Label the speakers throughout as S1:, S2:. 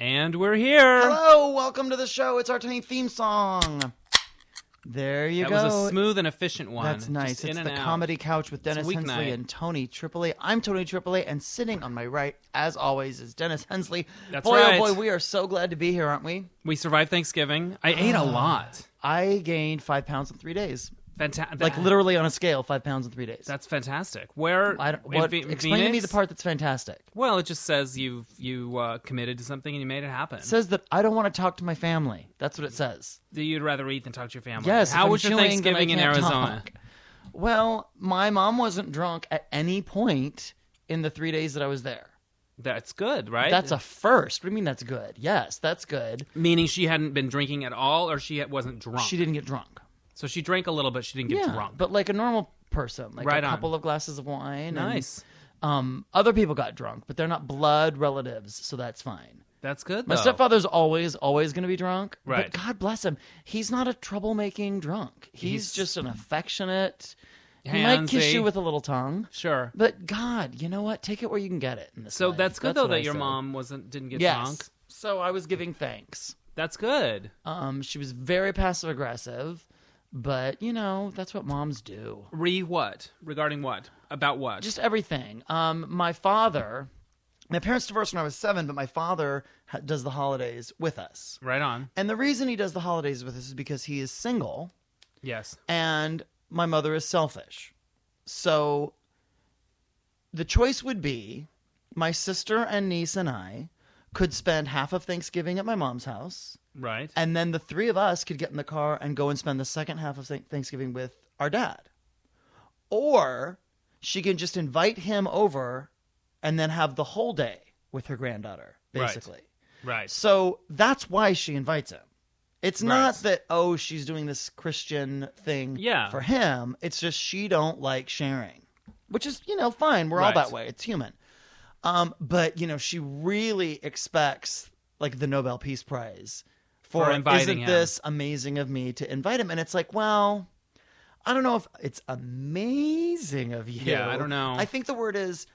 S1: And we're here.
S2: Hello, welcome to the show. It's our tiny theme song. There you
S1: That
S2: go.
S1: was a smooth and efficient one.
S2: That's
S1: Just
S2: nice.
S1: in
S2: It's
S1: and
S2: the
S1: out.
S2: comedy couch with Dennis
S1: weeknight.
S2: Hensley and Tony Tripoli. I'm Tony Tripoli, and sitting on my right, as always, is Dennis Hensley.
S1: That's
S2: boy,
S1: right.
S2: oh boy, we are so glad to be here, aren't we?
S1: We survived Thanksgiving. I
S2: Ah.
S1: ate a lot.
S2: I gained five pounds in three days,
S1: Fantastic.
S2: like literally on a scale, five pounds in three days.
S1: That's fantastic. Where?
S2: I don't,
S1: in
S2: what,
S1: Ve-
S2: explain to me
S1: Phoenix?
S2: the part that's fantastic.
S1: Well, it just says you you uh, committed to something and you made it happen.
S2: It says that I don't want to talk to my family. That's what it says.
S1: You'd rather eat than talk to your family.
S2: Yes. if
S1: How
S2: I'm
S1: was your
S2: chewing, then I
S1: Thanksgiving in
S2: can't
S1: Arizona?
S2: talk. Well, my mom wasn't drunk at any point in the three days that I was there.
S1: That's good, right?
S2: That's a first. What do you mean that's good? Yes, that's good.
S1: meaning she hadn't been drinking at all, or she wasn't drunk.
S2: She didn't get drunk.
S1: So she drank a little, but she didn't get drunk.
S2: But like a normal person, like
S1: Right
S2: a
S1: on.
S2: couple of glasses of wine. and,
S1: nice.
S2: um, other people got drunk, but they're not blood relatives, so that's fine.
S1: That's good.
S2: My
S1: though.
S2: stepfather's always, always going to be drunk.
S1: Oh. Right.
S2: But God bless him. He's not a troublemaking drunk. He's,
S1: He's-
S2: just an affectionate. He might kiss
S1: Handsy.
S2: you with a little tongue.
S1: Sure.
S2: But God, you know what? Take it where you can get it. In this
S1: So
S2: life.
S1: that's good though
S2: what I
S1: that your
S2: say.
S1: mom wasn't didn't get
S2: yes.
S1: drunk.
S2: So I was giving thanks.
S1: That's good.
S2: Um, she was very passive aggressive, but you know that's what moms do.
S1: Re what? Regarding what? About what?
S2: Just everything. Um, my father, my parents divorced when I was seven, but my father ha- does the holidays with us.
S1: right on.
S2: And the reason he does the holidays with us is because he is single
S1: Yes.
S2: and my mother is selfish. So the choice would be my sister and niece and I could spend half of Thanksgiving at my mom's house,
S1: Right.
S2: and then the three of us could get in the car and go and spend the second half of Thank- Thanksgiving with our dad. Or she can just invite him over and then have the whole day with her granddaughter,
S1: Right.
S2: basically.
S1: right.
S2: So that's why she invites him. It's not
S1: Right.
S2: that oh she's doing this Christian thing
S1: Yeah.
S2: for him. It's just she don't like sharing, which is you know fine. We're
S1: Right.
S2: all that way. It's human. Um, but you know she really expects like the Nobel Peace Prize for,
S1: For inviting
S2: isn't
S1: him.
S2: this amazing of me to invite him? And it's like well. I don't know if it's amazing of you.
S1: Yeah, I don't know.
S2: I think the word is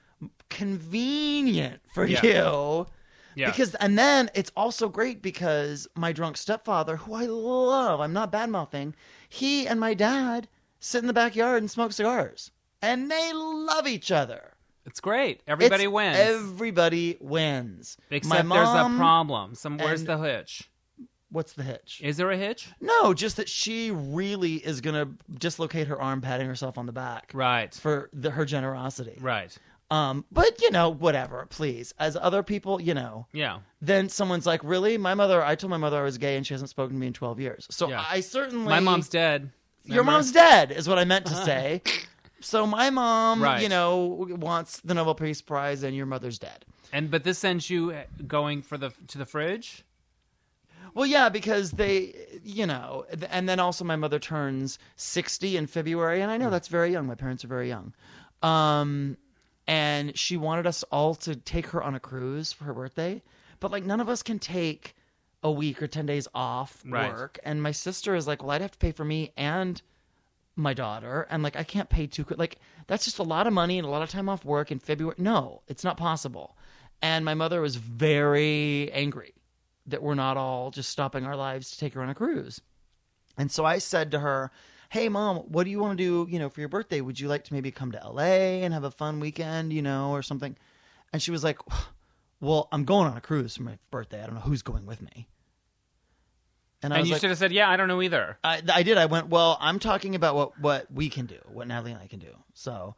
S2: convenient for
S1: Yeah.
S2: you.
S1: Yeah.
S2: Because and then it's also great because my drunk stepfather, who I love, I'm not bad mouthing, he and my dad sit in the backyard and smoke cigars. And they love each other.
S1: it's great.
S2: It's-
S1: Everybody wins.
S2: Everybody wins. my
S1: Except there's
S2: mom,
S1: a problem. Some where's
S2: and-
S1: the hitch?
S2: What's the hitch?
S1: Is there a hitch?
S2: no, just that she really is gonna dislocate her arm patting herself on the back
S1: Right.
S2: for the, her generosity.
S1: Right.
S2: Um, but you know, whatever, please. As other people, you know,
S1: Yeah.
S2: then someone's like, "Really? My mother? I told my mother I was gay, and she hasn't spoken to me in twelve years." So
S1: Yeah.
S2: I certainly
S1: My mom's dead.
S2: your
S1: Remember?
S2: mom's dead is what I meant to say. so my mom,
S1: Right.
S2: you know, wants the Nobel Peace Prize, and your mother's dead.
S1: And but this sends you uh, going for the to the fridge.
S2: Well, yeah, because they, you know, th- and then also my mother turns sixty in February, and I
S1: Mm.
S2: know that's very young. My parents are very young. Um, and she wanted us all to take her on a cruise for her birthday, but like none of us can take a week or 10 days off
S1: Right.
S2: work. And my sister is like, well, I'd have to pay for me and my daughter. And like, I can't pay two, co- like, that's just a lot of money and a lot of time off work in February. No, it's not possible. And my mother was very angry that we're not all just stopping our lives to take her on a cruise. And so I said to her, "Hey mom, what do you want to do, you know, for your birthday? Would you like to maybe come to LA and have a fun weekend, you know, or something?" And she was like, "Well, I'm going on a cruise for my birthday. I don't know who's going with me." And I
S1: and
S2: was
S1: you
S2: like,
S1: should have said, "Yeah, I don't know either."
S2: I, I did. I went, well, I'm talking about what, what we can do, what Natalie and I can do. So,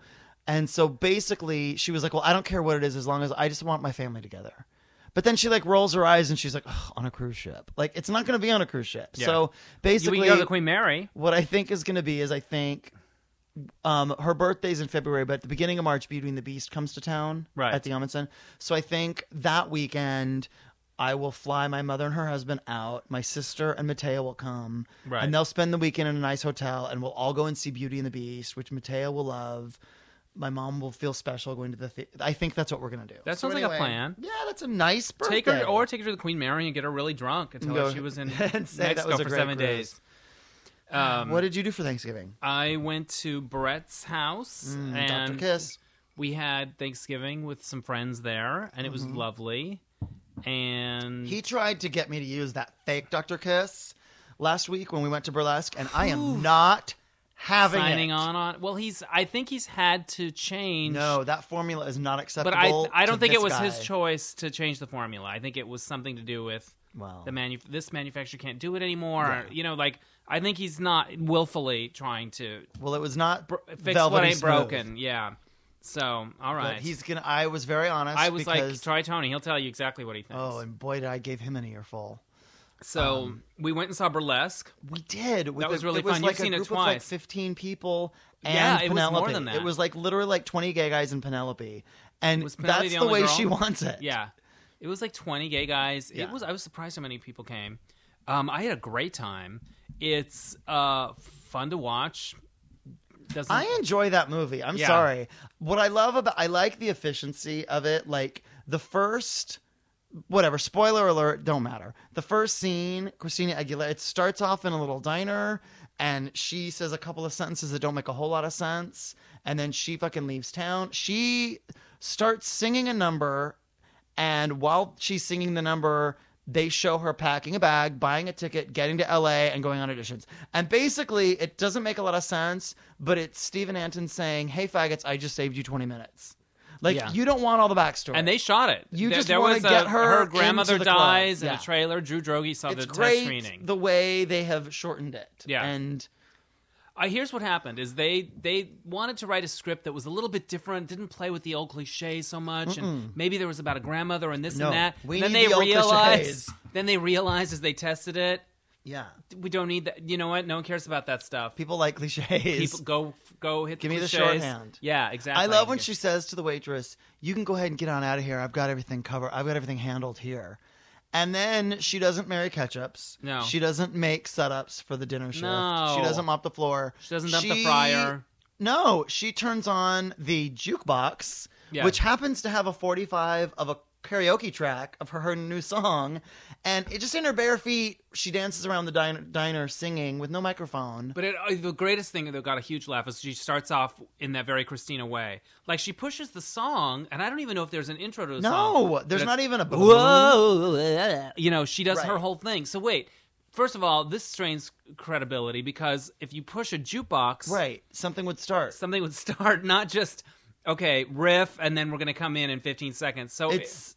S2: and so basically she was like, well, I don't care what it is as long as I just want my family together. But then she like rolls her eyes and she's like, "Ugh, on a cruise ship. Like it's not going to be on a cruise ship.
S1: Yeah.
S2: So
S1: You
S2: basically
S1: would go to Queen Mary.
S2: what I think is going to be is I think um, her birthday's in February, but at the beginning of March, Beauty and the Beast comes to town
S1: Right.
S2: at the Amundsen. So I think that weekend, I will fly my mother and her husband out. My sister and Mateo will come,
S1: Right.
S2: and they'll spend the weekend in a nice hotel, and we'll all go and see Beauty and the Beast, which Mateo will love. My mom will feel special going to the. The- I think that's what we're gonna do.
S1: That sounds like a plan.
S2: Yeah, that's a nice birthday.
S1: Take her or take her to the Queen Mary and get her really drunk and tell
S2: Go-
S1: her she was in
S2: and say that
S1: Mexico
S2: was a
S1: for
S2: great
S1: seven
S2: cruise.
S1: days. Um,
S2: what did you do for Thanksgiving?
S1: I went to Brett's house
S2: Mm,
S1: and
S2: Dr. Kiss. Mm-hmm.
S1: we had Thanksgiving with some friends there, and it was lovely. and
S2: He tried to get me to use that fake Dr. Kiss last week when we went to burlesque, and I
S1: Oof.
S2: am not having
S1: signing
S2: it.
S1: on on. Well, he's. I think he's had to change.
S2: No, that formula is not acceptable.
S1: but I I don't
S2: to
S1: think it
S2: this
S1: was
S2: guy.
S1: his choice to change the formula. I think it was something to do with
S2: Well,
S1: the manu- this manufacturer can't do it anymore. or, you know, like I think he's not willfully trying to
S2: well, it was not
S1: br- fix
S2: velvety
S1: what ain't
S2: smooth,
S1: broken. Yeah. So all
S2: But
S1: right,
S2: he's gonna. I was very honest.
S1: I was like,
S2: because-
S1: try Tony. He'll tell you exactly what he thinks.
S2: oh, and um, boy, did I give him an earful.
S1: so we went and saw burlesque.
S2: We did. With
S1: That was
S2: a-
S1: really
S2: it was
S1: fun. You've
S2: Like a
S1: seen it
S2: group Of like
S1: twice.
S2: Fifteen people. And
S1: Yeah, it was more
S2: Penelope.
S1: than that.
S2: It was like literally like twenty gay guys and Penelope, and
S1: Was Penelope
S2: that's
S1: the
S2: the,
S1: only
S2: way
S1: girl?
S2: she wants it.
S1: Yeah, it was like twenty gay guys. It
S2: Yeah.
S1: was. I was surprised how many people came. Um, I had a great time. It's uh fun to watch. Doesn't
S2: I enjoy that movie. I'm
S1: Yeah.
S2: sorry. What I love about I like the efficiency of it. Like the first whatever, spoiler alert, don't matter. The first scene, Christina Aguilera, it starts off in a little diner and she says a couple of sentences that don't make a whole lot of sense. And then she fucking leaves town. She starts singing a number, and while she's singing the number, they show her packing a bag, buying a ticket, getting to LA, and going on auditions. And basically, it doesn't make a lot of sense, but it's Steven Anton saying, Hey, faggots, I just saved you 20 minutes. Like,
S1: Yeah.
S2: you don't want all the backstory.
S1: and they shot it.
S2: You
S1: there,
S2: just
S1: there
S2: wanna
S1: was
S2: get
S1: a,
S2: her
S1: grandmother
S2: into the club.
S1: dies in
S2: Yeah.
S1: a trailer. Drew Drogi saw
S2: it's
S1: the
S2: great
S1: test screening.
S2: the way they have shortened it.
S1: Yeah.
S2: and
S1: I Uh, here's what happened is they they wanted to write a script that was a little bit different, didn't play with the old cliches so much, and maybe there was about a grandmother and this
S2: No,
S1: and that.
S2: we
S1: then
S2: need
S1: they
S2: the old
S1: realized
S2: cliches.
S1: then they realized as they tested it,
S2: yeah,
S1: we don't need that. You know what? No one cares about that stuff.
S2: people like cliches.
S1: People go go hit.
S2: Give me the
S1: cliches.
S2: shorthand.
S1: Yeah, exactly.
S2: I love when she says to the waitress, "You can go ahead and get on out of here. I've got everything covered. I've got everything handled here." And then she doesn't marry ketchups.
S1: No.
S2: She doesn't make setups for the dinner shift.
S1: No.
S2: She doesn't mop the floor.
S1: She doesn't dump the
S2: She-
S1: fryer.
S2: No, she turns on the jukebox,
S1: Yeah.
S2: which happens to have a 45 of a karaoke track of her, her new song. And it just in her bare feet, she dances around the diner, diner singing with no microphone.
S1: But it, uh, the greatest thing that got a huge laugh is she starts off in that very Christina way. Like she pushes the song, and I don't even know if there's an intro to the song.
S2: no,
S1: but
S2: there's
S1: it's-
S2: not even a
S1: whoa you know she does her
S2: Right.
S1: whole thing so wait first of all this strains credibility because if you push a jukebox
S2: Right. Something would start.
S1: something would start not just okay riff and then we're gonna come in in 15 seconds so
S2: It's
S1: it-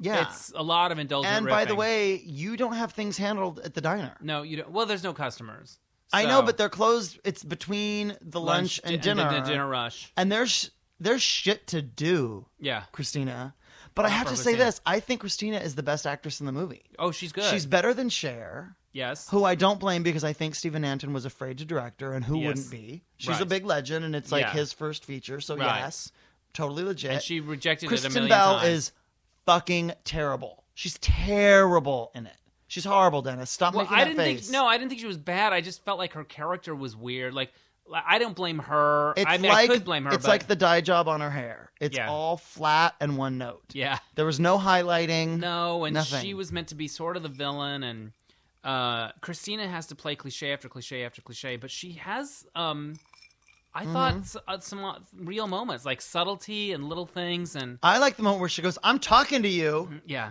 S2: yeah.
S1: it's a lot of indulgent
S2: and by the
S1: riffing.
S2: way, you don't have things handled at the diner.
S1: no you don't well there's no customers
S2: I know,
S1: So,
S2: but they're closed. It's between the lunch,
S1: di-
S2: and, dinner.
S1: the dinner rush
S2: And there's there's shit to do,
S1: yeah
S2: Christina. But I have
S1: for
S2: to say
S1: Christina.
S2: this: I think Christina is the best actress in the movie.
S1: oh she's good
S2: She's better than Cher,
S1: yes
S2: who I don't blame because I think Steven Anton was afraid to direct her, and who
S1: Yes.
S2: wouldn't be? She's a
S1: Right.
S2: big legend, and it's like
S1: Yeah.
S2: his first feature, so
S1: Right.
S2: yes, totally legit.
S1: and she rejected it a
S2: Kristen
S1: million
S2: Bell
S1: times.
S2: is fucking terrible. She's terrible in it. She's horrible, Dennis. Stop
S1: Well,
S2: making
S1: I
S2: that
S1: didn't
S2: face.
S1: think no, I didn't think she was bad. I just felt like her character was weird. Like li- I don't blame her.
S2: it's
S1: I mean,
S2: like
S1: I could blame her.
S2: it's
S1: but,
S2: like the dye job on her hair. It's
S1: Yeah.
S2: all flat and one note.
S1: yeah,
S2: There was no highlighting.
S1: no, and
S2: Nothing.
S1: she was meant to be sort of the villain, and uh, Christina has to play cliche after cliche after cliche, but she has. um I thought
S2: Mm-hmm.
S1: s- uh, some uh, real moments, like subtlety and little things, and
S2: I like the moment where she goes, "I'm talking to you."
S1: yeah.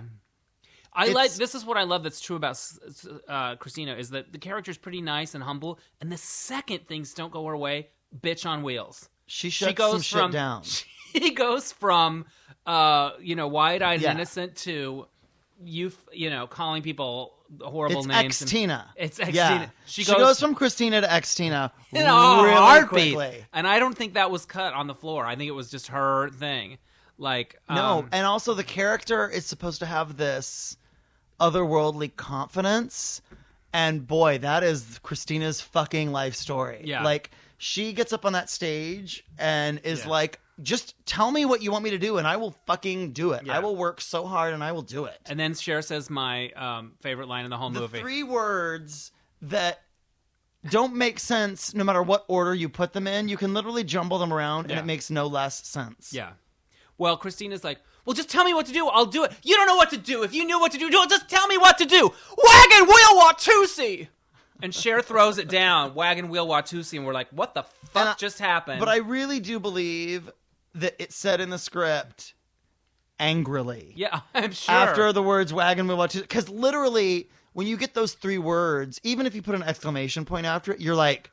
S1: I
S2: It's-
S1: like this is what I love that's true about s- s- uh, Christina is that the character's pretty nice and humble, and the second things don't go her way, bitch on wheels.
S2: She shuts
S1: goes from-
S2: some shit down.
S1: he goes from uh you know wide-eyed
S2: Yeah.
S1: and innocent to you f- you know calling people horrible
S2: It's
S1: names
S2: ex
S1: and-
S2: Tina.
S1: It's ex
S2: Yeah.
S1: Tina. She
S2: She,
S1: goes-
S2: goes, from Christina to ex Tina
S1: in
S2: really
S1: a heartbeat
S2: quickly.
S1: and i don't think that was cut on the floor i think it was just her thing like
S2: No,
S1: um,
S2: and also the character is supposed to have this otherworldly confidence, and boy, that is Christina's fucking life story.
S1: Yeah.
S2: like she gets up on that stage and is
S1: Yeah.
S2: like, "Just tell me what you want me to do, and I will fucking do it.
S1: Yeah.
S2: I will work so hard, and I will do it."
S1: and then Cher says my um, favorite line in the whole
S2: the
S1: movie
S2: three words that don't make sense no matter what order you put them in. You can literally jumble them around,
S1: Yeah.
S2: and it makes no less sense.
S1: yeah well christina's like well just tell me what to do i'll do it you don't know what to do if you knew what to do don't- just tell me what to do wagon wheel watusi and Cher throws it down, wagon wheel Watusi, and we're like, "What the fuck
S2: And I-
S1: just happened?"
S2: But I really do believe that it said in the script, angrily.
S1: Yeah, I'm sure.
S2: after the words wagon wheel watches because literally when you get those three words even if you put an exclamation point after it you're like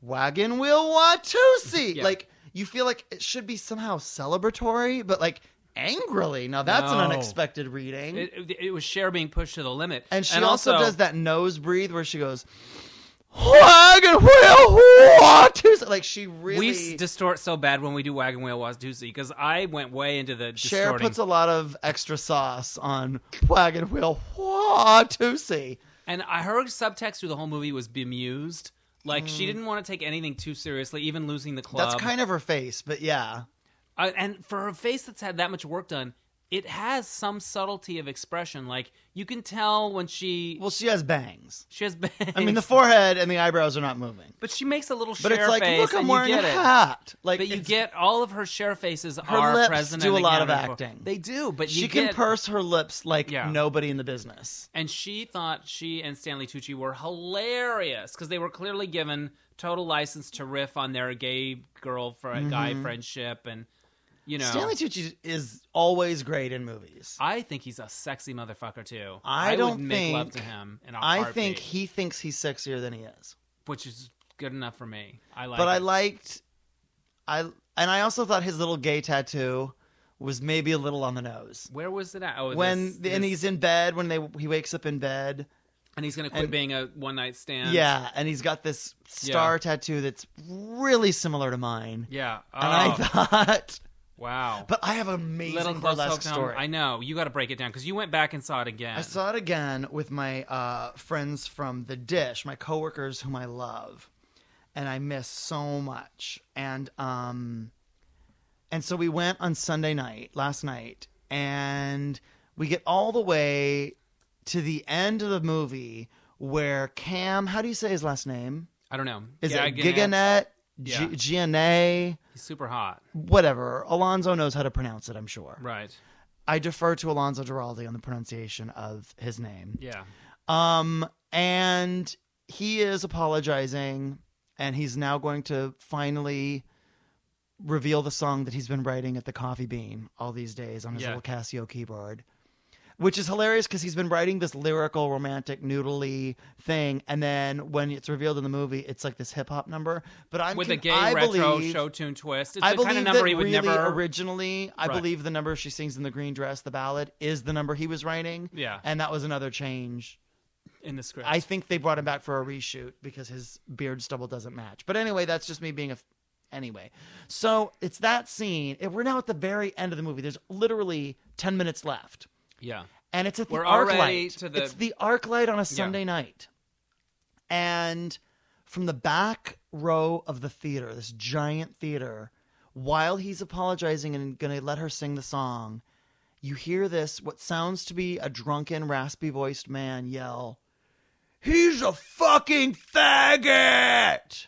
S2: wagon wheel watusi
S1: Yeah.
S2: like you feel like it should be somehow celebratory but like angrily now that's
S1: No.
S2: an unexpected reading
S1: it, it, it was Cher being pushed to the limit,
S2: and she also,
S1: also
S2: does that nose breathe where she goes wagon wheel watusi like she really
S1: We s- distort so bad when we do wagon wheel watusi because I went way into the
S2: Cher
S1: distorting,
S2: puts a lot of extra sauce on wagon wheel watusi
S1: and I, her subtext through the whole movie was bemused. Like she didn't want to take anything too seriously, even losing the club.
S2: Mm. That's kind of her face, but yeah.
S1: I, Uh, and for a face that's had that much work done, it has some subtlety of expression. Like you can tell when she
S2: Well, she has bangs.
S1: she has. Bangs,
S2: I mean, the forehead and the eyebrows are not moving.
S1: but she makes a little.
S2: But
S1: Cher
S2: it's like,
S1: face,
S2: look, I'm
S1: and
S2: wearing
S1: you
S2: a
S1: get it.
S2: hat. Like,
S1: But you
S2: it's-
S1: get all of her share faces
S2: Her
S1: are
S2: lips
S1: present.
S2: do
S1: and
S2: a lot of
S1: accounted for.
S2: acting.
S1: They do, but
S2: she
S1: you
S2: can
S1: get-
S2: purse her lips like
S1: Yeah.
S2: nobody in the business.
S1: And she thought she and Stanley Tucci were hilarious because they were clearly given total license to riff on their gay girl for guy friendship, and you know,
S2: Mm-hmm. Stanley Tucci is always great in movies.
S1: I think he's a sexy motherfucker too.
S2: I
S1: would
S2: don't
S1: make love to
S2: think-
S1: him. In a
S2: I
S1: heartbeat,
S2: think he thinks he's sexier than he is.
S1: which is good enough for me. I like.
S2: but I
S1: it.
S2: liked, I and I also thought his little gay tattoo was maybe a little on the nose.
S1: Where was it at? Oh,
S2: When
S1: this,
S2: and
S1: this-
S2: he's in bed when they he wakes up in bed
S1: and he's gonna quit
S2: and-
S1: being a one night stand.
S2: yeah and he's got this star tattoo that's really similar to mine
S1: yeah. Oh,
S2: and I thought,
S1: wow.
S2: but I have an amazing
S1: Little close
S2: burlesque
S1: Hotel-
S2: story.
S1: I
S2: I,
S1: know you got to break it down because you went back and saw it again.
S2: saw it again with my uh, friends from The Dish, my coworkers whom I love, and I miss so much. And um, and so we went on Sunday night last night, and we get all the way to the end of the movie where Cam, how do you say his last name?
S1: I don't know.
S2: Is
S1: yeah,
S2: it
S1: again,
S2: Giganet?
S1: Yeah.
S2: G- GNA?
S1: He's super hot,
S2: Whatever. Alonzo knows how to pronounce it, I'm sure.
S1: right?
S2: I defer to Alonzo Giraldi on the pronunciation of his name.
S1: Yeah.
S2: Um, and he is apologizing, and he's now going to finally reveal the song that he's been writing at the Coffee Bean all these days on his
S1: Yeah.
S2: little Casio keyboard. Which is hilarious because he's been writing this lyrical, romantic, noodly thing, and then when it's revealed in the movie, it's like this hip hop number. But I'm
S1: With
S2: con-
S1: a gay
S2: I
S1: retro
S2: believe,
S1: show tune twist. It's
S2: I
S1: the
S2: believe
S1: kind of number
S2: that
S1: he would
S2: really
S1: never.
S2: originally. I
S1: Right.
S2: believe the number she sings in the green dress, the ballad, is the number he was writing.
S1: Yeah.
S2: and that was another change.
S1: in the script.
S2: I think they brought him back for a reshoot because his beard stubble doesn't match. But anyway, that's just me being a. F- anyway, so it's that scene. and We're now at the very end of the movie. There's literally ten minutes left,
S1: yeah.
S2: and it's at the
S1: We're
S2: arc
S1: already
S2: light.
S1: to the-
S2: It's the arc light on a Sunday night, and from the back row of the theater, this giant theater, while he's apologizing and going to let her sing the song, you hear this what sounds to be a drunken, raspy voiced man yell, He's a fucking faggot!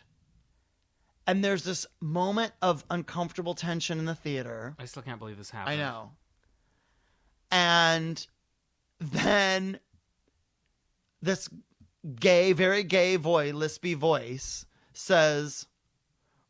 S2: And there's this moment of uncomfortable tension in the theater.
S1: I still can't believe this happened.
S2: I know. And then this gay, very gay voice, lispy voice says,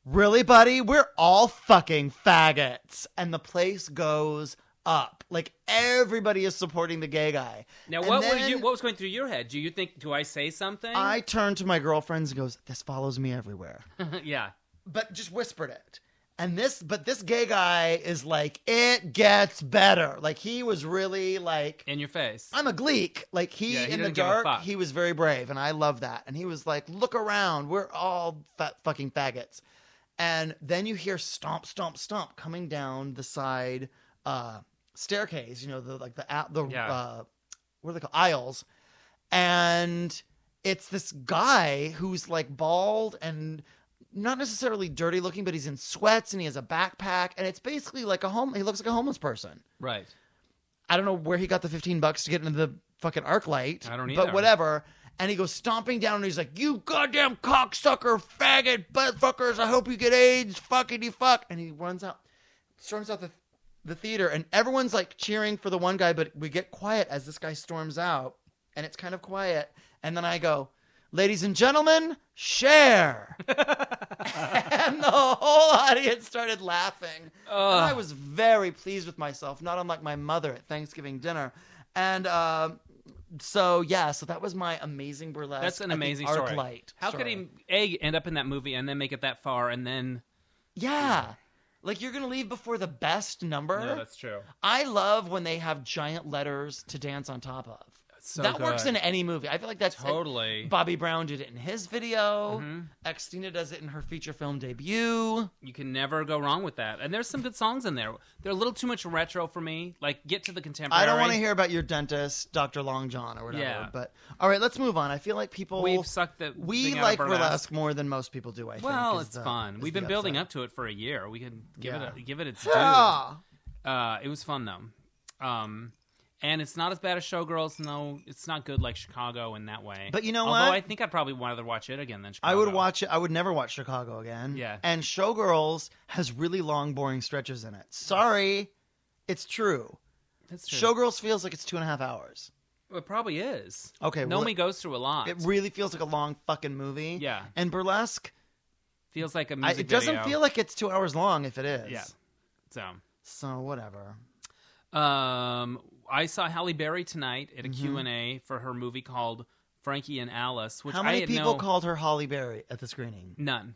S2: Really, buddy? We're all fucking faggots. And the place goes up. Like everybody is supporting the gay guy.
S1: Now,
S2: And
S1: what were
S2: then
S1: you? What was going through your head? Do you think? Do I say something?
S2: I turned to my girlfriends and goes, This follows me everywhere.
S1: yeah.
S2: but just whispered it. And this, but this gay guy is like, It gets better. Like he was really like,
S1: In your face.
S2: I'm a gleek. Like he,
S1: Yeah, he
S2: in the
S1: doesn't give a
S2: dark,
S1: fuck.
S2: he was very brave, and I love that. And he was like, "Look around, we're all fa- fucking faggots." And then you hear stomp, stomp, stomp coming down the side uh, staircase. You know, the like the a- the
S1: Yeah.
S2: uh, what are they called aisles, and it's this guy who's like bald and not necessarily dirty looking, but he's in sweats and he has a backpack, and it's basically like a home. He looks like a homeless person.
S1: right.
S2: I don't know where he got the 15 bucks to get into the fucking arc light.
S1: I don't either.
S2: But whatever. And he goes stomping down and he's like, You goddamn cocksucker, faggot, butt fuckers, I hope you get AIDS, fucking you fuck. And he runs out, storms out the, the theater, and everyone's like cheering for the one guy, but we get quiet as this guy storms out, and it's kind of quiet. And then I go, Ladies and gentlemen, share. and the whole audience started laughing. And I was very pleased with myself, not unlike my mother at Thanksgiving dinner. And uh, so, yeah, so that was my amazing burlesque.
S1: That's an
S2: at the
S1: amazing
S2: arc
S1: story.
S2: Light
S1: How
S2: story.
S1: could he a end up in that movie and then make it that far and then?
S2: Yeah. Like you're gonna leave before the best number.
S1: true.
S2: I love when they have giant letters to dance on top of.
S1: so
S2: that works
S1: good.
S2: in any movie. I feel like that's
S1: Totally. Mm-hmm.
S2: Bobby Brown did it in his video. Extina does it in her feature film debut.
S1: You can never go wrong with that. And there's some good songs in there. They're a little too much retro for me. Like get to the contemporary.
S2: I don't want to hear about your dentist, Dr. Long John, or whatever.
S1: Yeah.
S2: But all right, let's move on. I feel like people
S1: We've sucked the
S2: we
S1: thing out of
S2: like
S1: burlesque.
S2: burlesque more than most people do. I think.
S1: Well,
S2: is
S1: it's
S2: the-
S1: fun.
S2: is
S1: We've
S2: the
S1: been building
S2: upside.
S1: up to it for a year. We can give it
S2: Yeah.
S1: a, give it its due.
S2: Yeah.
S1: Uh, it was fun though. Um, and it's not as bad as Showgirls. No, it's not good like Chicago in that way.
S2: But you know
S1: Although
S2: what?
S1: I think I'd probably rather watch it again than Chicago.
S2: I would watch it. I would never watch Chicago again.
S1: Yeah.
S2: And Showgirls has really long, boring stretches in it. Sorry, it's true.
S1: That's true.
S2: Showgirls feels like it's two and a half hours.
S1: It probably is.
S2: Okay,
S1: Nomi
S2: well, it-
S1: goes through a lot.
S2: It really feels like a long fucking movie.
S1: Yeah.
S2: And burlesque,
S1: feels like a
S2: I,
S1: music
S2: it doesn't
S1: video.
S2: feel like it's two hours long if it is.
S1: Yeah. So,
S2: So whatever.
S1: um, I saw Halle Berry tonight at a
S2: Mm-hmm.
S1: Q and A for her movie called Frankie and Alice, which
S2: How
S1: I
S2: many
S1: had
S2: people
S1: no,
S2: called her Holly Berry at the screening?
S1: none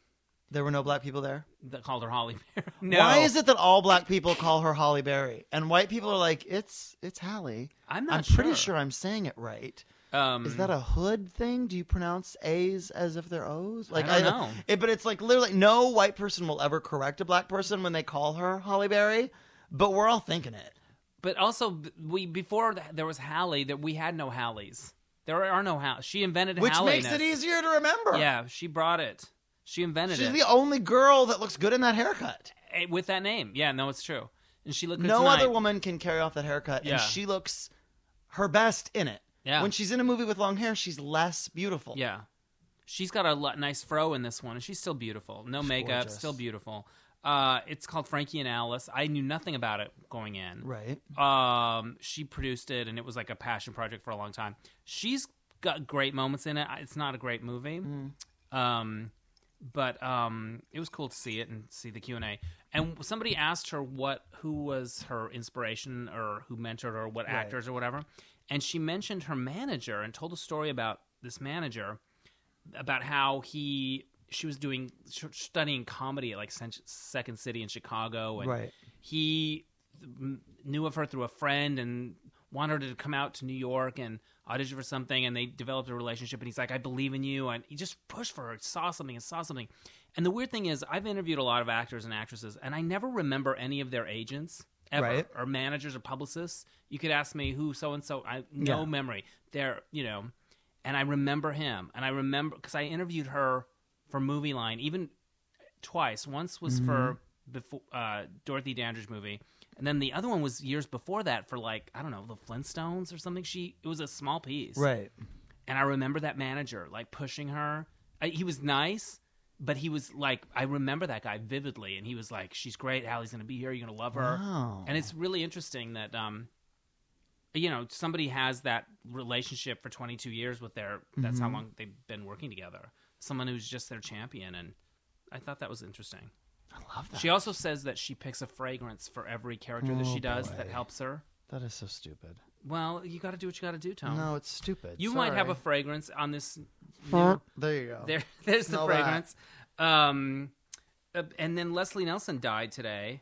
S2: There were no black people there.
S1: that called her Holly Berry. no,
S2: Why is it that all black people call her Holly Berry and white people are like it's it's Hallie?
S1: I'm not
S2: I'm pretty sure I'm saying it right.
S1: Um,
S2: Is that a hood thing? Do you pronounce A's as if they're O's? Like
S1: don't know.
S2: it- but it's like literally no white person will ever correct a black person when they call her Holly Berry, but we're all thinking it.
S1: But also, b- we before th- there was Hallie, that we had no Hallies. There are no Hallie. She invented
S2: Which
S1: Hallie-ness.
S2: makes it easier to remember.
S1: Yeah, she brought it. She invented
S2: She's
S1: it
S2: the only girl that looks good in that haircut.
S1: Eh, with that name. Yeah, no, it's true. And she looked good
S2: no
S1: tonight.
S2: other woman can carry off that haircut,
S1: Yeah.
S2: and she looks her best in it.
S1: Yeah.
S2: When she's in a movie with long hair, she's less beautiful.
S1: Yeah, she's got a lo- nice fro in this one, and she's still beautiful. No makeup,
S2: gorgeous.
S1: still beautiful. Uh, it's called Frankie and Alice. I knew nothing about it going in.
S2: Right.
S1: Um, she produced it, and it was like a passion project for a long time. She's got great moments in it. I- It's not a great movie, um, but um, it was cool to see it and see the Q and A. And somebody asked her what, who was her inspiration, or who mentored her, what actors or whatever, and she mentioned her manager and told a story about this manager about how he she was doing sh- studying comedy at like Sen- Second City in Chicago, and
S2: Right.
S1: he m- knew of her through a friend and wanted her to come out to New York and audition for something, and they developed a relationship. And he's like, "I believe in you," and he just pushed for her, saw something, and saw something. And the weird thing is, I've interviewed a lot of actors and actresses, and I never remember any of their agents ever,
S2: Right.
S1: or managers or publicists. You could ask me who so and so. I no
S2: Yeah.
S1: memory. They're you know and I remember him, and I remember because I interviewed her for Movie Line even twice. Once was
S2: Mm-hmm.
S1: for before uh, Dorothy Dandridge movie, and then the other one was years before that for like I don't know the Flintstones or something. She it was a small piece,
S2: Right.
S1: and I remember that manager like pushing her. I, he was nice, but he was like I remember that guy vividly, and he was like, "She's great. Hallie's gonna be here. You're gonna love her."
S2: Wow.
S1: And it's really interesting that um, you know, somebody has that relationship for 22 years with their. That's
S2: Mm-hmm.
S1: how long they've been working together. Someone who's just their champion, and I thought that was interesting.
S2: I love that. Oh,
S1: She also says that she picks a fragrance for every character that she does that helps her.
S2: that is so stupid.
S1: Well, you got to do what you got to do, Tom.
S2: No, it's stupid.
S1: You might have a
S2: Sorry.
S1: fragrance on this. New,
S2: There you go.
S1: there, there's the
S2: Smell that.
S1: fragrance. Um, uh, and then Leslie Nelson died today,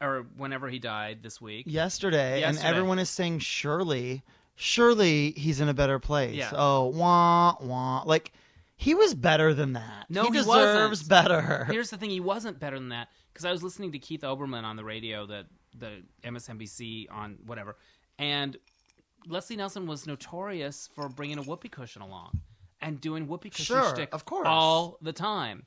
S1: or whenever he died this week.
S2: Yesterday,
S1: Yesterday.
S2: and everyone is saying surely, surely he's in a better place.
S1: Yeah.
S2: Oh, wah wah. Like he was better than that.
S1: No,
S2: he
S1: he
S2: deserves
S1: wasn't.
S2: better.
S1: Here's the thing: he wasn't better than that because I was listening to Keith Oberman on the radio, the the MSNBC on whatever, and Leslie Nelson was notorious for bringing a whoopee cushion along and doing whoopee cushion
S2: Sure,
S1: shtick
S2: of course.
S1: all the time.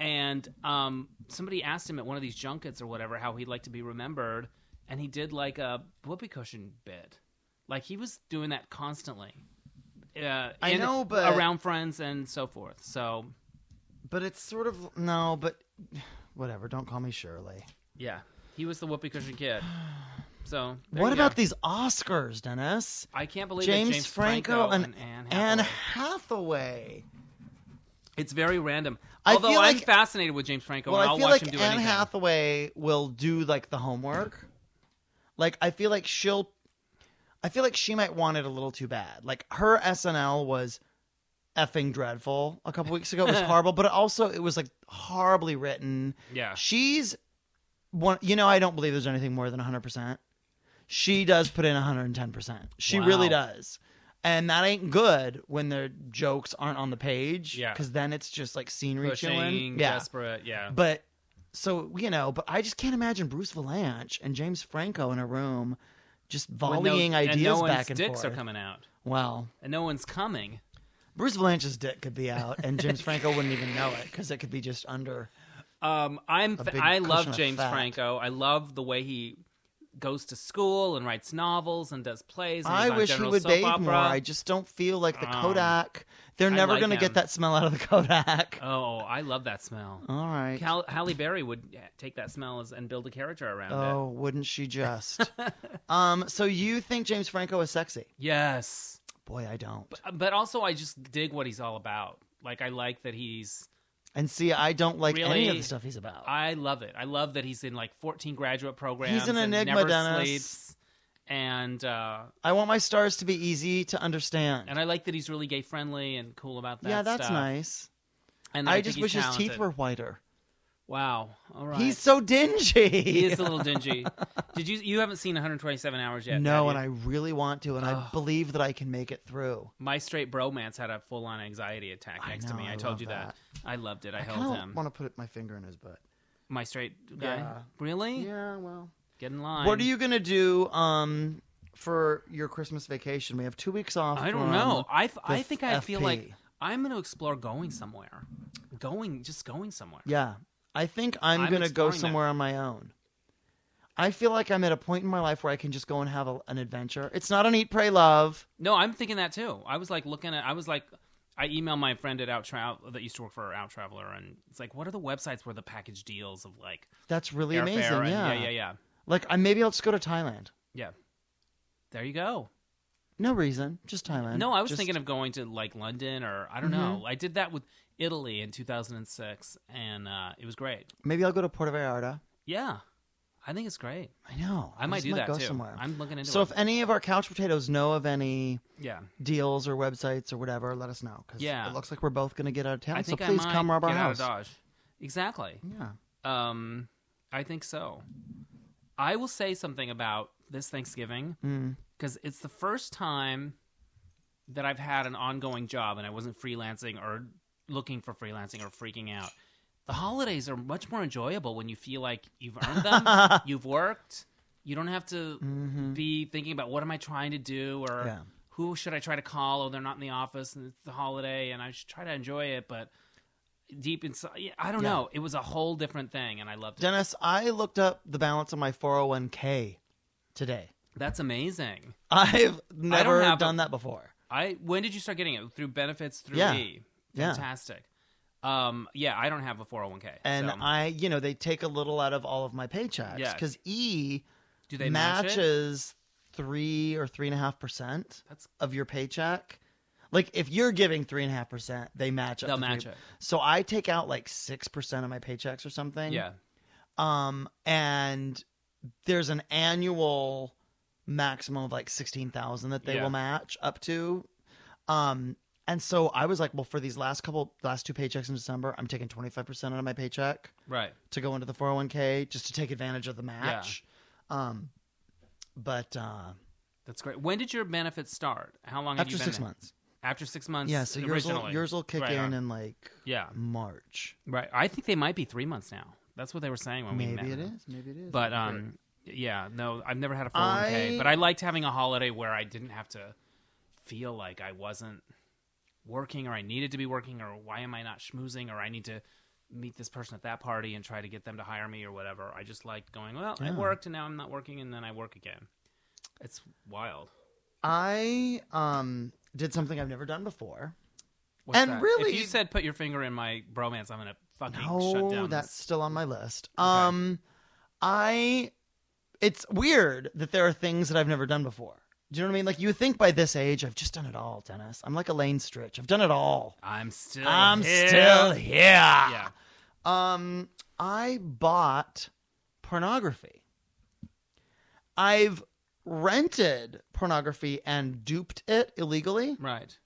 S1: And um, somebody asked him at one of these junkets or whatever how he'd like to be remembered, and he did like a whoopee cushion bit, like he was doing that constantly. Uh,
S2: I
S1: in-
S2: know, but-
S1: around friends and so forth. So
S2: But it's sort of no, but whatever. Don't call me Shirley.
S1: Yeah, he was the whoopee cushion kid. So there
S2: What
S1: you
S2: about
S1: go.
S2: these Oscars, Dennis?
S1: I can't believe that
S2: James,
S1: James
S2: Franco, and
S1: Anne
S2: Anne
S1: Hathaway.
S2: Hathaway.
S1: It's very random.
S2: I
S1: Although
S2: feel
S1: I'm
S2: like-
S1: fascinated with James Franco,
S2: Well,
S1: and
S2: I
S1: I'll
S2: feel
S1: watch
S2: like
S1: him do
S2: Anne
S1: anything.
S2: Hathaway will do like the homework. Like I feel like she'll I feel like she might want it a little too bad. Like her SNL was effing dreadful a couple weeks ago. It was horrible, but it also it was like horribly written.
S1: yeah,
S2: She's one you know I don't believe there's anything more than 100%. She does put in 110%. She
S1: Wow.
S2: really does. And that ain't good when their jokes aren't on the page
S1: Yeah.
S2: cuz then it's just like scenery
S1: pushing,
S2: chilling. Yeah.
S1: desperate. Yeah,
S2: But so you know, but I just can't imagine Bruce Valanche and James Franco in a room just
S1: When
S2: volleying
S1: no,
S2: ideas
S1: and no
S2: back
S1: one's
S2: and
S1: dicks
S2: forth.
S1: are coming out,
S2: Well,
S1: and no one's coming.
S2: Bruce Valanche's dick could be out, and James Franco wouldn't even know it because it could be just under.
S1: Um, I'm
S2: A
S1: fa-
S2: big
S1: I
S2: cushion
S1: love
S2: of
S1: James
S2: fat.
S1: Franco. I love the way he goes to school and writes novels and does plays. And
S2: I
S1: he's on
S2: wish he
S1: General
S2: would
S1: soap
S2: bathe
S1: opera.
S2: more. I just don't feel like the
S1: Um,
S2: Kodak. They're
S1: I
S2: never
S1: like
S2: going to
S1: him.
S2: get that smell out of the Kodak.
S1: Oh, I love that smell.
S2: All right.
S1: Hall- Halle Berry would take that smell as- and build a character around it.
S2: oh, wouldn't she just? um. So you think James Franco is sexy?
S1: Yes,
S2: Boy, I don't.
S1: Uh, but also I just dig what he's all about. Like I like that he's.
S2: And see, I don't like any of
S1: Really?
S2: the stuff he's about.
S1: I love it. I love that he's in like 14 graduate programs.
S2: He's an
S1: and
S2: enigma,
S1: never
S2: Dennis.
S1: Sleeps. And uh,
S2: I want my stars to be easy to understand.
S1: and I like that he's really gay friendly and cool about that.
S2: yeah, that's
S1: stuff.
S2: nice.
S1: And
S2: I,
S1: think
S2: just
S1: he's
S2: wish his
S1: talented.
S2: teeth were whiter.
S1: Wow. All right.
S2: He's so dingy.
S1: he is a little dingy. Did you you haven't seen 127 hours yet?
S2: no,
S1: have
S2: and
S1: you?
S2: I really want to, and I
S1: Ugh.
S2: believe that I can make it through.
S1: my straight bromance had a full on anxiety attack
S2: I
S1: next to
S2: know,
S1: me.
S2: I
S1: I, told
S2: love
S1: you that. I loved it. I,
S2: I
S1: held
S2: kind of
S1: him.
S2: want to put my finger in his butt.
S1: My straight guy.
S2: Yeah.
S1: Really?
S2: Yeah, well.
S1: Get in line.
S2: What are you gonna do um for your Christmas vacation? We have two weeks off.
S1: I don't
S2: from-
S1: know. I th- I
S2: the
S1: think I feel like
S2: FP.
S1: I'm going to explore going somewhere, going just going somewhere.
S2: Yeah, I think I'm,
S1: I'm
S2: gonna go
S1: exploring that.
S2: somewhere on my own. I feel like I'm at a point in my life where I can just go and have a, an adventure. It's not an eat, pray, love.
S1: No, I'm thinking that too. I was like looking at. I was like, I emailed my friend at Out Travel that used to work for Out Traveler, and it's like, what are the websites where the package deals of like
S2: That's really
S1: airfare?
S2: amazing.
S1: and-
S2: yeah,
S1: yeah, yeah, yeah,
S2: Like, I, maybe I'll just go to Thailand.
S1: yeah. There you go.
S2: No reason, just Thailand.
S1: No, I was
S2: Just- Mm-hmm.
S1: thinking of going to like London or I don't know. I did that with Italy in 2006, and uh, it was great.
S2: maybe I'll go to Puerto Vallarta.
S1: Yeah, I think it's great.
S2: I know.
S1: I might
S2: just
S1: do that
S2: go
S1: too.
S2: Somewhere.
S1: I'm looking into
S2: so,
S1: it.
S2: if any of our couch potatoes know of any
S1: yeah,
S2: deals or websites or whatever, let us know because
S1: Yeah.
S2: it looks like we're both going to get out of town.
S1: I
S2: so
S1: think I
S2: please
S1: might
S2: come rob our
S1: get out of
S2: house.
S1: Dodge. Exactly.
S2: Yeah.
S1: Um, I think so. I will say something about this Thanksgiving
S2: Mm.
S1: because it's the first time that I've had an ongoing job and I wasn't freelancing or looking for freelancing or freaking out. The holidays are much more enjoyable when you feel like you've earned them, you've worked, you don't have to be thinking about what am I trying to do or
S2: Mm-hmm. Yeah.
S1: who should I try to call? Oh, they're not in the office and it's the holiday and I should try to enjoy it, but deep inside, yeah, I don't
S2: Yeah.
S1: know. Oh, It was a whole different thing and I loved it.
S2: Dennis, I looked up the balance of my 401k today.
S1: That's amazing.
S2: I've never
S1: have a-
S2: done that before.
S1: I when did you start getting it? Through benefits through
S2: Yeah.
S1: E.
S2: Yeah.
S1: Fantastic. Um yeah, I don't have a 401k.
S2: And
S1: so.
S2: I, you know, they take a little out of all of my paychecks
S1: Yeah.
S2: because E
S1: do they match it?
S2: matches three or three and a half percent
S1: That's-
S2: of your paycheck. Like if you're giving three and a half percent, they match. up
S1: They'll
S2: to
S1: match
S2: three-
S1: it.
S2: So I take out like six percent of my paychecks or something.
S1: Yeah.
S2: Um, and there's an annual maximum of like sixteen thousand that they
S1: Yeah.
S2: will match up to. Um, and so I was like, well, for these last couple, last two paychecks in December, I'm taking twenty five percent out of my paycheck
S1: Right.
S2: to go into the 401k just to take advantage of the match. Um, but uh,
S1: That's great. When did your benefits start? How long have
S2: after
S1: you been
S2: six
S1: there?
S2: months,
S1: After six months.
S2: yeah. So yours will,
S1: originally.
S2: yours will kick
S1: Right
S2: in
S1: on.
S2: in like
S1: yeah.
S2: March.
S1: Right. I think they might be three months now. That's what they were saying when we met.
S2: Maybe it
S1: them.
S2: is. Maybe it is.
S1: But um, yeah. No, I've never had a 401k.
S2: I-
S1: But I liked having a holiday where I didn't have to feel like I wasn't working or I needed to be working or why am I not schmoozing or I need to meet this person at that party and try to get them to hire me or whatever. I just liked going. Well, I
S2: Yeah.
S1: worked and now I'm not working and then I work again. It's wild.
S2: I um did something I've never done before.
S1: What's
S2: And
S1: that?
S2: really-
S1: if you said put your finger in my bromance, I'm gonna fucking shut
S2: No,
S1: down.
S2: Oh, that's
S1: this-
S2: still on my list. Um, I. It's weird that there are things that I've never done before. Do you know what I mean? Like you think by this age, I've just done it all, Dennis. I'm like Elaine Stritch. I've done it all.
S1: I'm still.
S2: I'm
S1: here.
S2: still here.
S1: Yeah.
S2: Um, I bought pornography. I've rented pornography and duped it illegally,
S1: Right.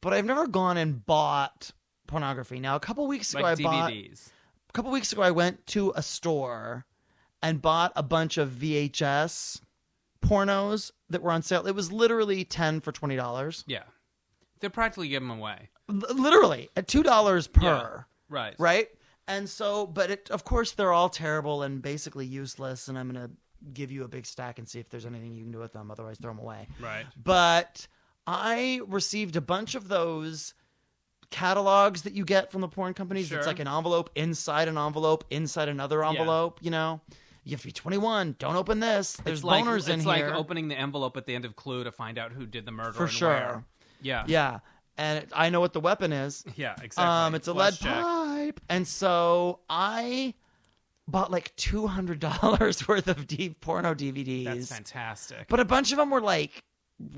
S2: but I've never gone and bought pornography. Now, a couple weeks ago,
S1: Like
S2: I bought a
S1: DVDs.
S2: couple weeks ago I went to a store and bought a bunch of VHS pornos that were on sale. It was literally ten for twenty dollars,
S1: Yeah. They're practically giving them away.
S2: literally at two dollars per.
S1: Right.
S2: right? And so, but it, of course, they're all terrible and basically useless. And I'm gonna give you a big stack and see if there's anything you can do with them. Otherwise, throw them away.
S1: Right.
S2: But I received a bunch of those catalogs that you get from the porn companies.
S1: Sure.
S2: It's like an envelope inside an envelope inside another envelope. You know, you have to be 21. Don't open this. There's
S1: It's like,
S2: boners
S1: it's
S2: in
S1: like
S2: here
S1: opening the envelope at the end of Clue to find out who did the murder
S2: for
S1: and
S2: sure.
S1: where. Yeah.
S2: Yeah, and it, I know what the weapon is.
S1: Yeah, exactly.
S2: Um, it's a
S1: Flush
S2: lead
S1: check.
S2: pipe, and so I bought like two hundred dollars worth of deep porno DVDs.
S1: That's fantastic.
S2: But a bunch of them were like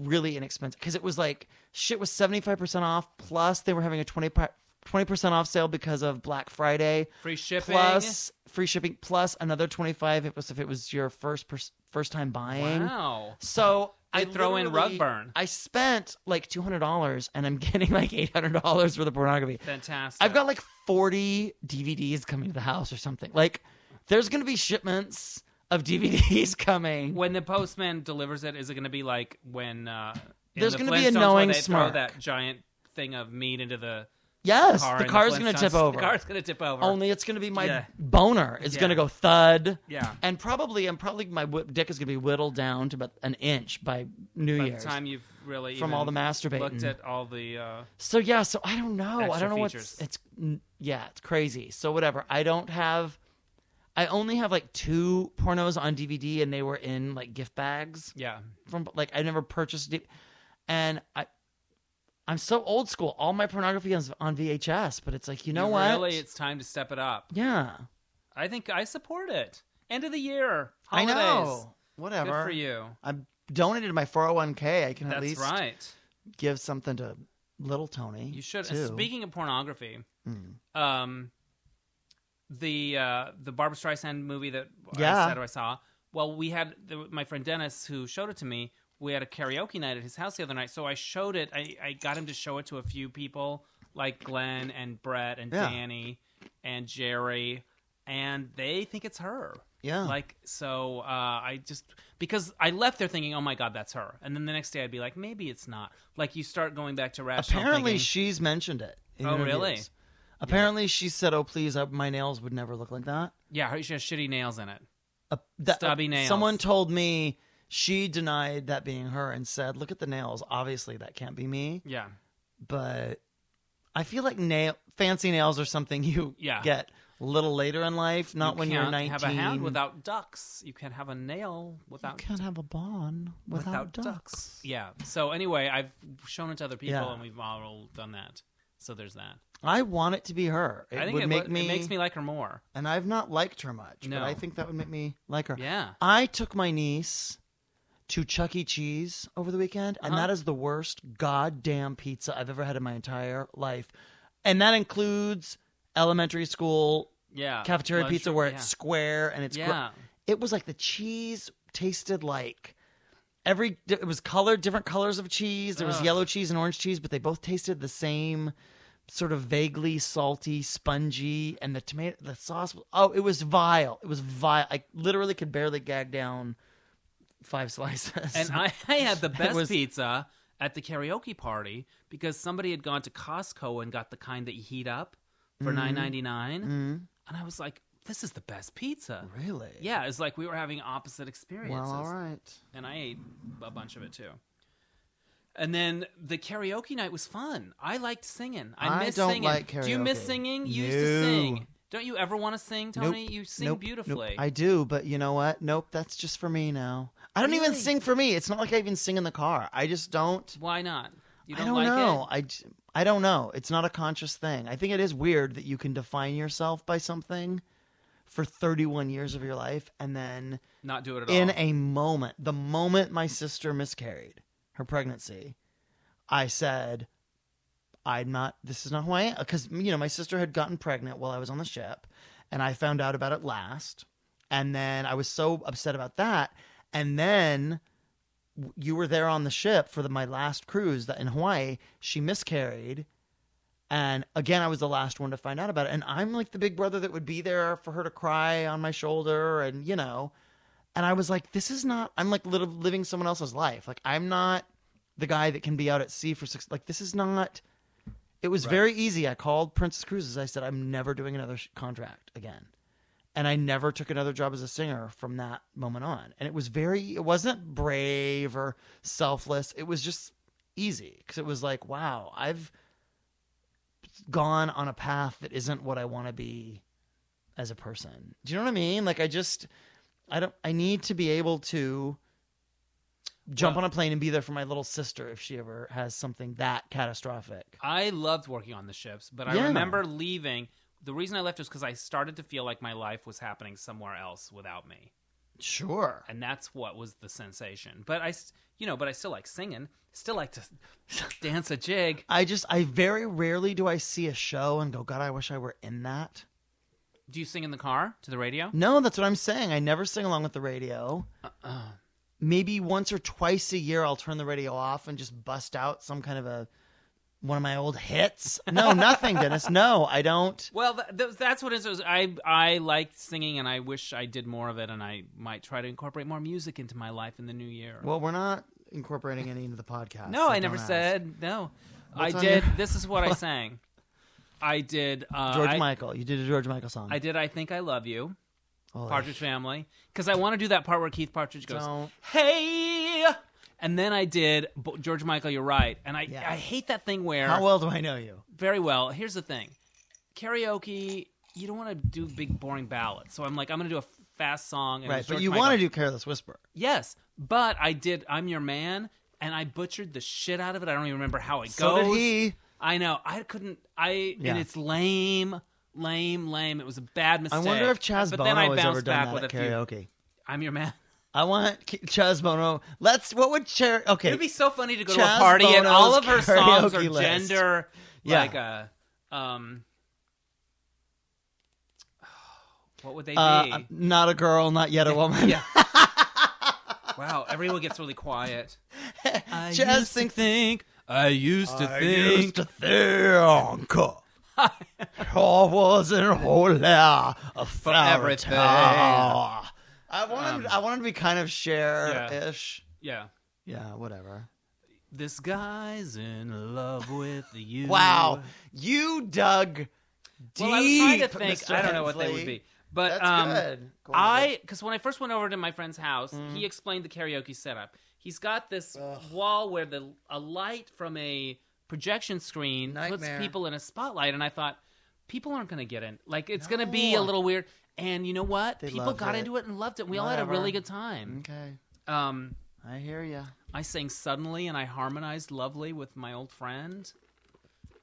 S2: really inexpensive because it was like shit was seventy five percent off. Plus, they were having a 20 percent off sale because of Black Friday.
S1: Free shipping.
S2: Plus free shipping. Plus another twenty five. It was if it was your first pers- first time buying.
S1: Wow.
S2: So I
S1: They'd throw in
S2: literally-
S1: rug burn.
S2: I spent like two hundred dollars, and I'm getting like eight hundred dollars for the pornography.
S1: Fantastic.
S2: I've got like 40 DVDs coming to the house or something. Like, there's going to be shipments of DVDs coming.
S1: when the postman delivers it, is it going to be like when uh, in
S2: There's
S1: the
S2: gonna be a
S1: Flintstones
S2: knowing
S1: where they
S2: smirk.
S1: throw that giant thing of meat into the
S2: yes,
S1: car?
S2: the
S1: in
S2: car's going to
S1: Flintstones?
S2: tip over.
S1: The car's going to tip over.
S2: Only it's going to be my
S1: Yeah.
S2: boner. It's
S1: Yeah.
S2: going to go thud.
S1: Yeah.
S2: And probably, and probably my whi- dick is going to be whittled down to about an inch by New
S1: by the
S2: Year's.
S1: time you've really
S2: From
S1: even
S2: all the masturbating.
S1: looked at all the uh,
S2: So yeah, so I don't know. I
S1: Extra
S2: don't know
S1: features.
S2: what's it's n- yeah, it's crazy. So whatever. I don't have I only have like two pornos on DVD and they were in like gift bags
S1: yeah
S2: from like I never purchased it. And I I'm so old school. All my pornography is on VHS, but it's like, you know what?
S1: really it's time to step it up
S2: yeah.
S1: i think i support it end of the year holidays.
S2: I know.
S1: good
S2: Whatever.
S1: for you
S2: I've donated my 401k. I can
S1: that's
S2: at least
S1: right
S2: give something to little Tony.
S1: you should
S2: too.
S1: speaking of pornography
S2: Mm.
S1: um the uh the barbara streisand movie that
S2: Yeah.
S1: i said i saw well we had the, my friend dennis who showed it to me we had a karaoke night at his house the other night so i showed it i, I got him to show it to a few people like glenn and brett and
S2: Yeah.
S1: danny and jerry and they think it's her
S2: Yeah.
S1: like so uh, i just because i left there thinking oh my god that's her and then the next day i'd be like maybe it's not like you start going back to rational
S2: Apparently,
S1: thinking.
S2: she's mentioned it. in
S1: Oh, really?
S2: interviews. Apparently, she said, "Oh, please, I, my nails would never look like that."
S1: yeah her- she has shitty nails in it
S2: A- that- uh,
S1: Stubby nails.
S2: Someone told me she denied that being her and said, "Look at the nails. Obviously, that can't be me."
S1: yeah
S2: But I feel like nail fancy nails are something you
S1: Yeah.
S2: get a little later in life, not
S1: You
S2: when you're
S1: can't
S2: nineteen.
S1: Have a hound without ducks. You can't have a nail
S2: you
S1: without
S2: can't have a bond without, ducks.
S1: Yeah. So anyway, I've shown it to other people,
S2: Yeah.
S1: and we've all done that. So there's that.
S2: I want it to be her. It
S1: I think
S2: would
S1: it,
S2: make
S1: lo-
S2: me,
S1: it makes me like her more.
S2: and I've not liked her much,
S1: No.
S2: but I think that would make me like her.
S1: Yeah.
S2: I took my niece to Chuck E. Cheese over the weekend, and
S1: Uh-huh.
S2: that is the worst goddamn pizza I've ever had in my entire life. And that includes elementary school
S1: Yeah.
S2: cafeteria
S1: Lunch-
S2: pizza where
S1: yeah.
S2: it's square and it's gr-
S1: yeah.
S2: it was like the cheese tasted like every it was colored different colors of cheese there was
S1: Ugh.
S2: yellow cheese and orange cheese but they both tasted the same sort of vaguely salty spongy and the tomato the sauce was, oh it was vile it was vile i literally could barely gag down five slices
S1: And I, I had the best
S2: was-
S1: pizza at the karaoke party because somebody had gone to Costco and got the kind that you heat up for
S2: Mm-hmm.
S1: nine ninety nine,
S2: Mm,
S1: and I was like, "This is the best pizza."
S2: really
S1: Yeah, it's like we were having opposite experiences.
S2: well all right
S1: and I ate a bunch of it too. And then the karaoke night was fun. I liked singing. I,
S2: I
S1: miss
S2: don't
S1: singing.
S2: like
S1: Do you miss
S2: karaoke.
S1: singing? You used to
S2: No.
S1: sing. Don't you ever want to sing, Tony?
S2: Nope,
S1: You sing
S2: nope, nope.
S1: beautifully.
S2: I do, but you know what? Nope, that's just for me now. I don't even
S1: Really?
S2: sing for me. It's not like I even sing in the car. I just don't.
S1: Why not? You
S2: I don't
S1: like
S2: know.
S1: it?
S2: I j- I don't know. It's not a conscious thing. I think it is weird that you can define yourself by something for 31 years of your life and then
S1: Not do it at
S2: in
S1: all.
S2: a moment, the moment my sister miscarried, her pregnancy, I said, I'm not, this is not who I am. Because, you know, my sister had gotten pregnant while I was on the ship, and I found out about it last. And then I was so upset about that. And then w- you were there on the ship for the, my last cruise that in Hawaii. She miscarried. And again, I was the last one to find out about it. And I'm like the big brother that would be there for her to cry on my shoulder. And, you know, and I was like, this is not, I'm like little, living someone else's life. Like, I'm not the guy that can be out at sea for six, like, this is not, it was very easy. I called Princess Cruises. I said, I'm never doing another sh- contract again. And I never took another job as a singer from that moment on. And it was very, it wasn't brave or selfless. It was just easy because it was like, wow, I've, gone on a path that isn't what I want to be as a person. Do you know what I mean? Like I just I don't I need to be able to jump
S1: Well-
S2: on a plane and be there for my little sister if she ever has something that catastrophic.
S1: I loved working on the ships, but I
S2: Yeah.
S1: remember leaving. The reason I left was because I started to feel like my life was happening somewhere else without me,
S2: Sure.
S1: and that's what was the sensation. But I, s- you know, but I still like singing. Still like to dance a jig.
S2: I just I very rarely do I see a show and go god I wish I were in that.
S1: Do you sing in the car to the radio?
S2: No, that's what I'm saying. I never sing along with the radio.
S1: Uh-uh.
S2: Maybe once or twice a year, I'll turn the radio off and just bust out some kind of a one of my old hits. No, nothing, Dennis. No, I don't.
S1: Well, th- th- that's what it is. I I liked singing, and I wish I did more of it, and I might try to incorporate more music into my life in the new year.
S2: Well, we're not incorporating any into the podcast.
S1: no,
S2: so
S1: I never
S2: don't ask.
S1: said no.
S2: What's
S1: I
S2: on
S1: did.
S2: your-
S1: This is what I sang. I did. Uh,
S2: George
S1: I,
S2: Michael. You did a George Michael song.
S1: I did. I think I love you.
S2: Holy
S1: Partridge Family because I want to do that part where Keith Partridge goes,
S2: Don't.
S1: "Hey," and then I did Bo- George Michael. You're right, and I
S2: Yeah.
S1: I hate that thing where
S2: How well do I know you?
S1: very well. Here's the thing, karaoke. You don't want to do big boring ballads, so I'm like, I'm gonna do a fast song. And
S2: Right,
S1: it's
S2: but
S1: George
S2: you
S1: Michael.
S2: want to do Careless Whisper.
S1: yes, but I did. I'm your man, and I butchered the shit out of it. I don't even remember how it
S2: So
S1: goes.
S2: did he.
S1: I know. I couldn't. I
S2: Yeah.
S1: and it's lame. Lame, lame. It was a bad
S2: I
S1: mistake.
S2: wonder if Chaz
S1: but
S2: Bono
S1: then I
S2: has ever
S1: bounced back
S2: done
S1: with
S2: that at
S1: a few-
S2: karaoke.
S1: I'm your man.
S2: I want K- Chaz Bono. Let's. What would Cher? Okay,
S1: It'd be so funny to go to a
S2: Chaz
S1: party and all of her
S2: Bono's
S1: songs are
S2: karaoke list.
S1: gender
S2: Yeah.
S1: like a um what would they be?
S2: Uh, I'm not a girl, not yet a woman.
S1: yeah. wow, everyone gets really quiet. I
S2: Chaz
S1: used
S2: thinks-
S1: to think I used to
S2: I
S1: think
S2: used to think I was in whole air of
S1: everything.
S2: I
S1: Um,
S2: wanted, I wanted to be kind of share ish.
S1: Yeah.
S2: Yeah. whatever.
S1: This guy's in love with you.
S2: Wow, you dug deep.
S1: Well, I was trying to think.
S2: Mr.
S1: I don't know what they
S2: Hensley.
S1: would be. But
S2: That's
S1: um,
S2: good. Mm-hmm. Go on with
S1: I because when I first went over to my friend's house, he explained the karaoke setup. He's got this wall where the a light from a projection screen
S2: Nightmare.
S1: puts people in a spotlight, and I thought people aren't going to get in. Like it's going to be a
S2: No.
S1: little weird. And you know what?
S2: They
S1: people
S2: loved
S1: got
S2: it.
S1: into it and loved it. We all had a
S2: Whatever.
S1: really good time.
S2: Okay,
S1: Um,
S2: I hear you.
S1: I sang suddenly and I harmonized lovely with my old friend.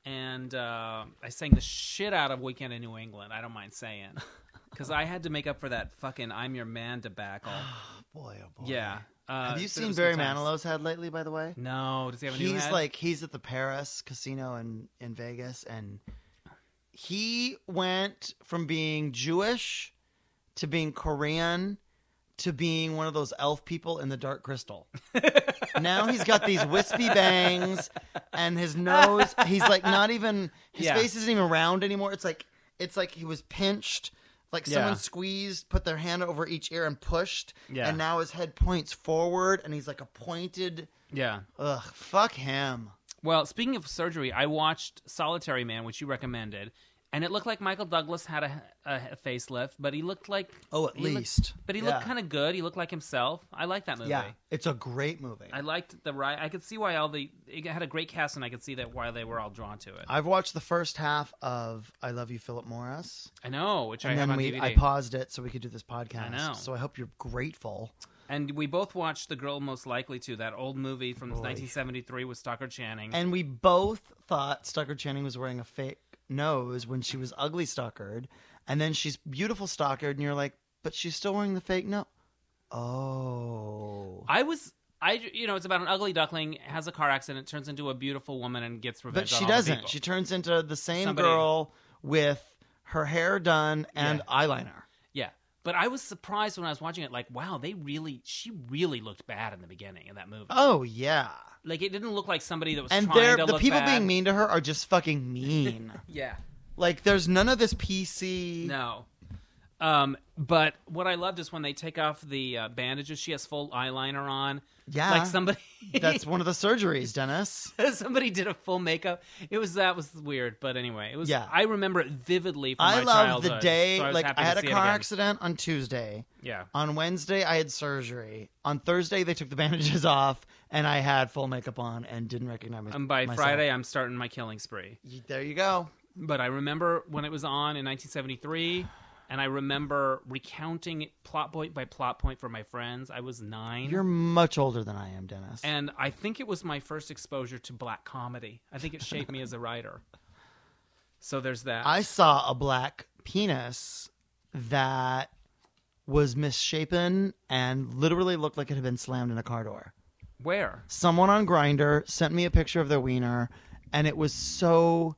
S1: And uh, I sang the shit out of Weekend in New England. I don't mind saying. Because I had to make up for that fucking I'm Your Man debacle.
S2: Boy, oh boy.
S1: yeah. Uh,
S2: Have you
S1: so it
S2: seen
S1: was
S2: Barry
S1: good times.
S2: Manilow's head lately? By the way,
S1: No. Does he have a new
S2: he's
S1: head?
S2: like he's at the Paris casino in in Vegas, and he went from being Jewish to being Korean to being one of those elf people in the Dark Crystal. now he's got these wispy bangs, and his nose. He's like not even his
S1: Yeah.
S2: face isn't even round anymore. It's like it's like he was pinched. Like someone
S1: Yeah.
S2: squeezed, put their hand over each ear and pushed,
S1: Yeah.
S2: and now his head points forward, and he's like a pointed
S1: Yeah.
S2: Ugh, fuck him.
S1: Well, speaking of surgery, I watched Solitary Man, which you recommended. And it looked like Michael Douglas had a, a, a facelift, but he looked like.
S2: Oh, at
S1: he looked-
S2: least.
S1: but he
S2: Yeah.
S1: looked kind of good. He looked like himself. I like that movie.
S2: Yeah, it's a great movie.
S1: I liked the ride. I could see why all the it had a great cast, and I could see that why they were all drawn to it. I,
S2: I've watched the first half of I Love You, Philip Morris,
S1: know, which I
S2: and
S1: have
S2: then
S1: on
S2: we
S1: DVD.
S2: I paused it so we could do this podcast.
S1: know.
S2: So I hope you're grateful.
S1: and we both watched The Girl Most Likely to, that old movie from 1973 with Stalker Channing.
S2: And we both thought Stucker Channing was wearing a fake nose when she was ugly Stuckered, and then she's beautiful Stuckered, and you're like, but she's still wearing the fake nose. Oh,
S1: I was I, you know, it's about an ugly duckling has a car accident, turns into a beautiful woman, and gets revenge.
S2: But she
S1: on all the people.
S2: doesn't. She turns into the same
S1: Somebody-
S2: girl with her hair done and eyeliner.
S1: Yeah. But I was surprised when I was watching it, like, wow, they really, she really looked bad in the beginning of that movie.
S2: Oh yeah.
S1: like, it didn't look like somebody that was
S2: And
S1: trying
S2: they're
S1: to
S2: the
S1: look
S2: people
S1: bad.
S2: being mean to her are just fucking mean.
S1: Yeah.
S2: like there's none of this PC.
S1: No. Um, but what I loved is when they take off the uh, bandages, she has full eyeliner on.
S2: Yeah.
S1: Like somebody,
S2: That's one of the surgeries, Dennis.
S1: somebody did a full makeup. It was, that was weird. But anyway, it was,
S2: Yeah.
S1: I remember it vividly from
S2: I
S1: my
S2: love the
S1: childhood,
S2: day.
S1: so I was
S2: like
S1: happy
S2: I
S1: to
S2: had a
S1: see it
S2: car
S1: again.
S2: accident on Tuesday.
S1: Yeah.
S2: On Wednesday, I had surgery. On Thursday, they took the bandages off, and I had full makeup on and didn't recognize my- myself.
S1: And by Friday, I'm starting my killing spree.
S2: Y- there you go.
S1: but I remember when it was on in 1973, and I remember recounting it plot point by plot point for my friends. I was 9
S2: You're much older than I am, Dennis.
S1: and I think it was my first exposure to black comedy. I think it shaped me as a writer. So there's that.
S2: I saw a black penis that was misshapen and literally looked like it had been slammed in a car door.
S1: Where?
S2: Someone on Grinder sent me a picture of their wiener, and it was so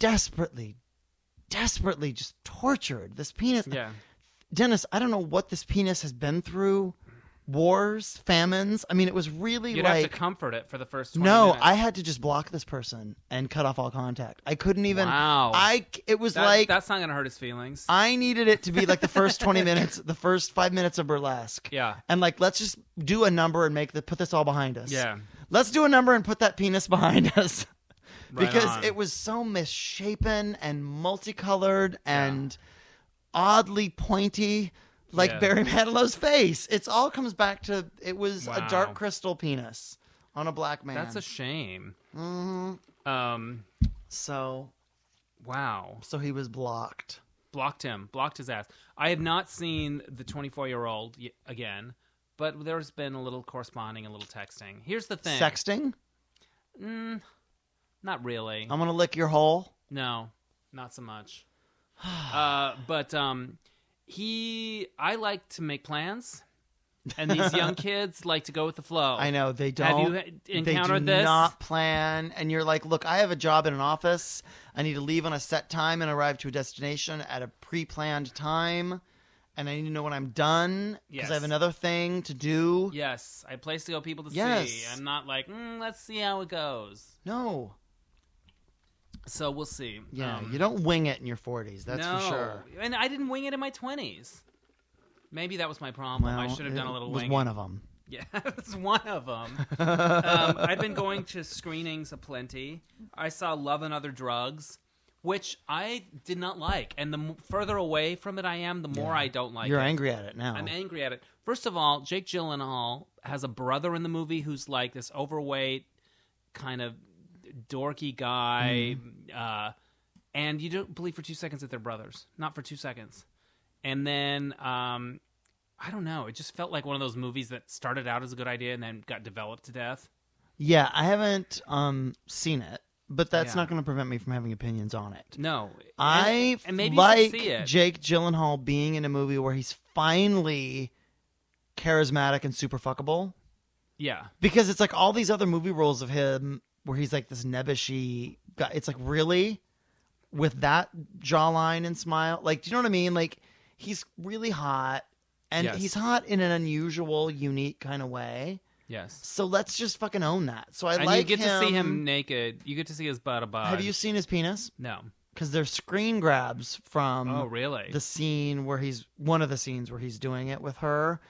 S2: desperately, desperately just tortured. This penis.
S1: Yeah.
S2: Dennis, I don't know what this penis has been through. Wars, famines. I mean, it was really
S1: You'd
S2: like
S1: have to comfort it for the first 20
S2: no,
S1: minutes.
S2: I had to just block this person and cut off all contact. I couldn't even.
S1: Wow.
S2: I it was
S1: That-
S2: like
S1: that's not going to hurt his feelings.
S2: I needed it to be like the first twenty minutes, the first five minutes of burlesque.
S1: Yeah.
S2: and like let's just do a number and make the put this all behind us.
S1: Yeah.
S2: let's do a number and put that penis behind us
S1: Right
S2: because
S1: on.
S2: it was so misshapen and multicolored and oddly pointy. Like
S1: Yeah.
S2: Barry Manilow's face, it's all comes back to it was a
S1: Wow.
S2: dark crystal penis on a black man. Mm-hmm.
S1: that's a shame. Um.
S2: so
S1: Wow.
S2: So he was blocked.
S1: blocked him, blocked his ass. I have not seen the 24 year old y- again, but there's been a little corresponding, a little texting. Here's the thing
S2: Sexting?
S1: not really.
S2: I'm gonna lick your hole.
S1: No, not so much. uh, but um, he, I like to make plans, and these young kids like to go with the flow.
S2: I know they don't.
S1: Oh. you h- encountered
S2: they do
S1: this?
S2: Not plan, and you're like, look, I have a job in an office. I need to leave on a set time and arrive to a destination at a pre-planned time, and I need to know when I'm done because
S1: Yes.
S2: I have another thing to do.
S1: Yes, I place to go, people to see.
S2: Yes.
S1: I'm not like, mm, let's see how it goes.
S2: No,
S1: So we'll see.
S2: yeah,
S1: Um,
S2: you don't wing it in your 40s. That's
S1: no.
S2: for sure.
S1: And I didn't wing it in my twenties. Maybe that was my problem.
S2: Well,
S1: I should have
S2: it
S1: done a little
S2: was
S1: winging.
S2: one of them.
S1: Yeah, that's one of them. um, I've been going to screenings aplenty. I saw Love and Other Drugs, which I did not like. And the m- further away from it I am, the more I don't like
S2: You're
S1: it.
S2: angry at it now.
S1: I'm angry at it. First of all, Jake Gyllenhaal has a brother in the movie who's like this overweight, kind of dorky guy,
S2: Mm.
S1: uh, and you don't believe for two seconds that they're brothers. Not for two seconds. And then um, I don't know. It just felt like one of those movies that started out as a good idea and then got developed to death.
S2: yeah, I haven't um seen it, but that's
S1: Yeah.
S2: not going to prevent me from having opinions on it.
S1: No,
S2: I
S1: and, and maybe you
S2: like
S1: should see it.
S2: Jake Gyllenhaal being in a movie where he's finally charismatic and super fuckable
S1: yeah,
S2: because it's like all these other movie roles of him where he's like this nebbishy guy. It's like really with that jawline and smile. Like, do you know what I mean? Like, he's really hot, and
S1: Yes.
S2: he's hot in an unusual, unique kind of way.
S1: yes.
S2: So let's just fucking own that. So I
S1: and
S2: like
S1: you get to see him naked. You get to see his butt a bod.
S2: Have you seen his penis?
S1: No.
S2: Because there's screen grabs from
S1: Oh, really?
S2: the scene where he's one of the scenes where he's doing it with her,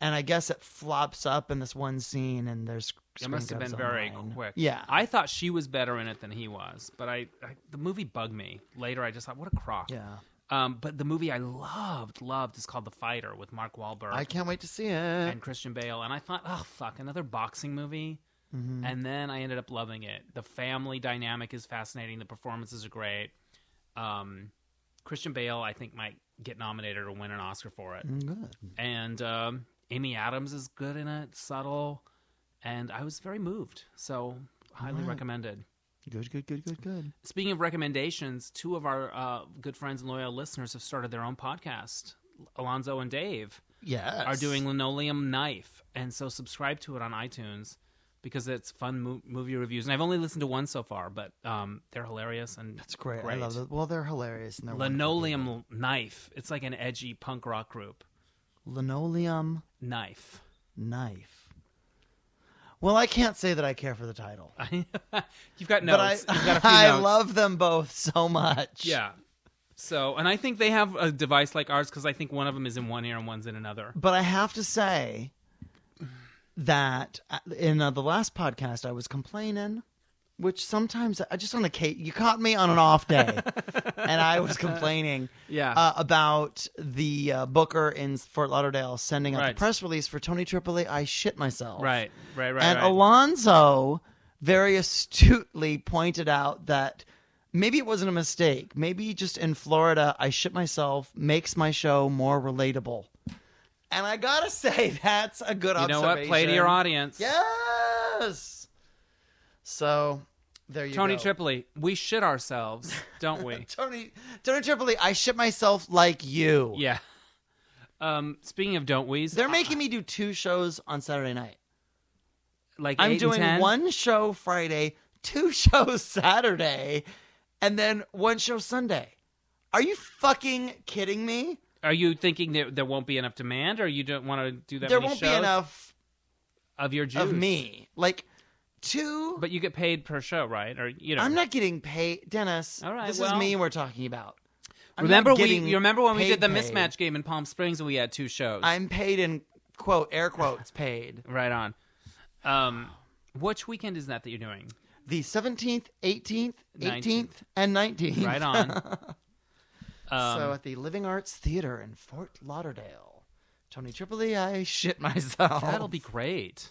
S2: and I guess it flops up in this one scene, and there's
S1: It must have been
S2: screen
S1: very
S2: grabs online.
S1: quick.
S2: Yeah,
S1: I thought she was better in it than he was, but I, I the movie bugged me. Later, I just thought, what a crock.
S2: yeah.
S1: Um, but the movie I loved, loved is called The Fighter with Mark Wahlberg
S2: I can't wait to see it.
S1: and Christian Bale, and I thought, oh fuck, another boxing movie.
S2: Mm-hmm.
S1: And then I ended up loving it. The family dynamic is fascinating. The performances are great. Um, Christian Bale, I think, might get nominated or win an Oscar for it
S2: Mm, Good.
S1: and um, Amy Adams is good in it, subtle, and I was very moved. So highly recommended.
S2: Good, good, good, good, good.
S1: Speaking of recommendations, two of our uh, good friends and loyal listeners have started their own podcast, Alonzo and Dave.
S2: Yes.
S1: are doing Linoleum Knife, and so subscribe to it on iTunes because it's fun mo- movie reviews. And I've only listened to one so far, but um, they're hilarious and
S2: It's great. I love that. Well, they're hilarious. And they're wonderful
S1: Linoleum Knife. It's like an edgy punk rock group.
S2: people. Linoleum
S1: Knife.
S2: knife. Well, I can't say that I care for the title,
S1: You've got
S2: but I
S1: notes. You've got a few
S2: I
S1: notes.
S2: love them both so much.
S1: Yeah. So, and I think they have a device like ours because I think one of them is in one ear and one's in another.
S2: But I have to say that uh, in uh, the last podcast, I was complaining, which sometimes I just on a Kate, you caught me on an off day, and I was complaining.
S1: Yeah.
S2: Uh, about the uh, Booker in Fort Lauderdale sending out
S1: Right.
S2: the press release for Tony Tripoli, I shit myself.
S1: Right, right, right.
S2: and
S1: right.
S2: Alonzo very astutely pointed out that maybe it wasn't a mistake. Maybe just in Florida, I shit myself makes my show more relatable. And I gotta say, that's a good
S1: you know
S2: observation.
S1: what? Play to your audience.
S2: Yes. So there you
S1: Tony
S2: go.
S1: Tripoli, we shit ourselves, don't we?
S2: Tony Tony Tripoli, I shit myself like you.
S1: yeah. Um, speaking of don't we's,
S2: They're making me do two shows on Saturday
S1: uh,
S2: night.
S1: like
S2: I'm
S1: eight
S2: doing
S1: and 10.
S2: one show Friday, two shows Saturday, and then one show Sunday. Are you fucking kidding me?
S1: Are you thinking that there won't be enough demand, or you don't want to do that?
S2: there
S1: many
S2: won't be
S1: shows
S2: enough
S1: of your juice
S2: of me. Like two
S1: But you get paid per show, right? Or you know,
S2: I'm not getting paid Dennis.
S1: All right,
S2: this
S1: well-
S2: is me we're talking about. I'm not
S1: remember we?
S2: getting
S1: You remember when we did
S2: paid,
S1: the
S2: paid.
S1: mismatch game in Palm Springs and we had two shows?
S2: I'm paid in quote air quotes paid.
S1: right on. Um, which weekend is that that you're doing?
S2: The seventeenth, eighteenth, eighteenth,
S1: Nineteenth.
S2: and nineteenth.
S1: Right on.
S2: Oh.
S1: Um,
S2: so at the Living Arts Theater in Fort Lauderdale. Tony Tripoli, I shit myself.
S1: that'll be great.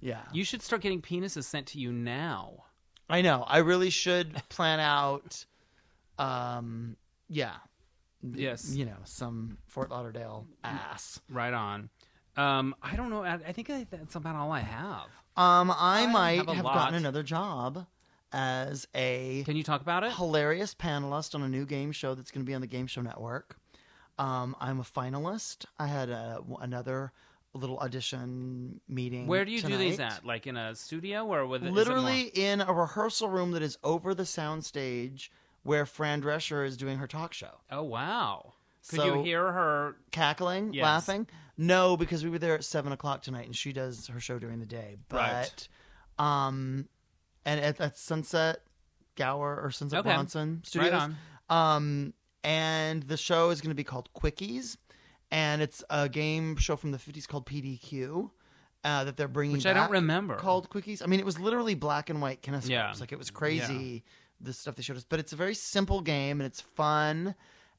S2: yeah.
S1: You should start getting penises sent to you now.
S2: I know. I really should plan out. Um. Yeah.
S1: Yes.
S2: You know, some Fort Lauderdale ass.
S1: Right on. Um, I don't know. I, I think I, that's about all I have.
S2: Um. I,
S1: I
S2: might
S1: have a
S2: have,
S1: lot.
S2: gotten another job as a
S1: Can you talk about it?
S2: hilarious panelist on a new game show that's going to be on the Game Show Network. Um. I'm a finalist. I had a, another little audition meeting.
S1: Where do you do these
S2: tonight.
S1: at? Like in a studio or with is it more-
S2: literally in a rehearsal room that is over the soundstage where Fran Drescher is doing her talk show.
S1: Oh wow! Could
S2: So-
S1: you hear her?
S2: Cackling,
S1: Yes.
S2: laughing. No, because we were there at seven o'clock tonight, and she does her show during the day. But,
S1: Right.
S2: um, and at, at Sunset Gower or Sunset
S1: Okay.
S2: Bronson Studios.
S1: Right
S2: Um, and the show is going to be called Quickies, and it's a game show from the fifties called PDQ. Uh, that they're bringing
S1: Which I don't
S2: back
S1: remember.
S2: called quickies i mean it was literally black and white kinescopes
S1: Yeah.
S2: like it was crazy the stuff they showed us but it's a very simple game and it's fun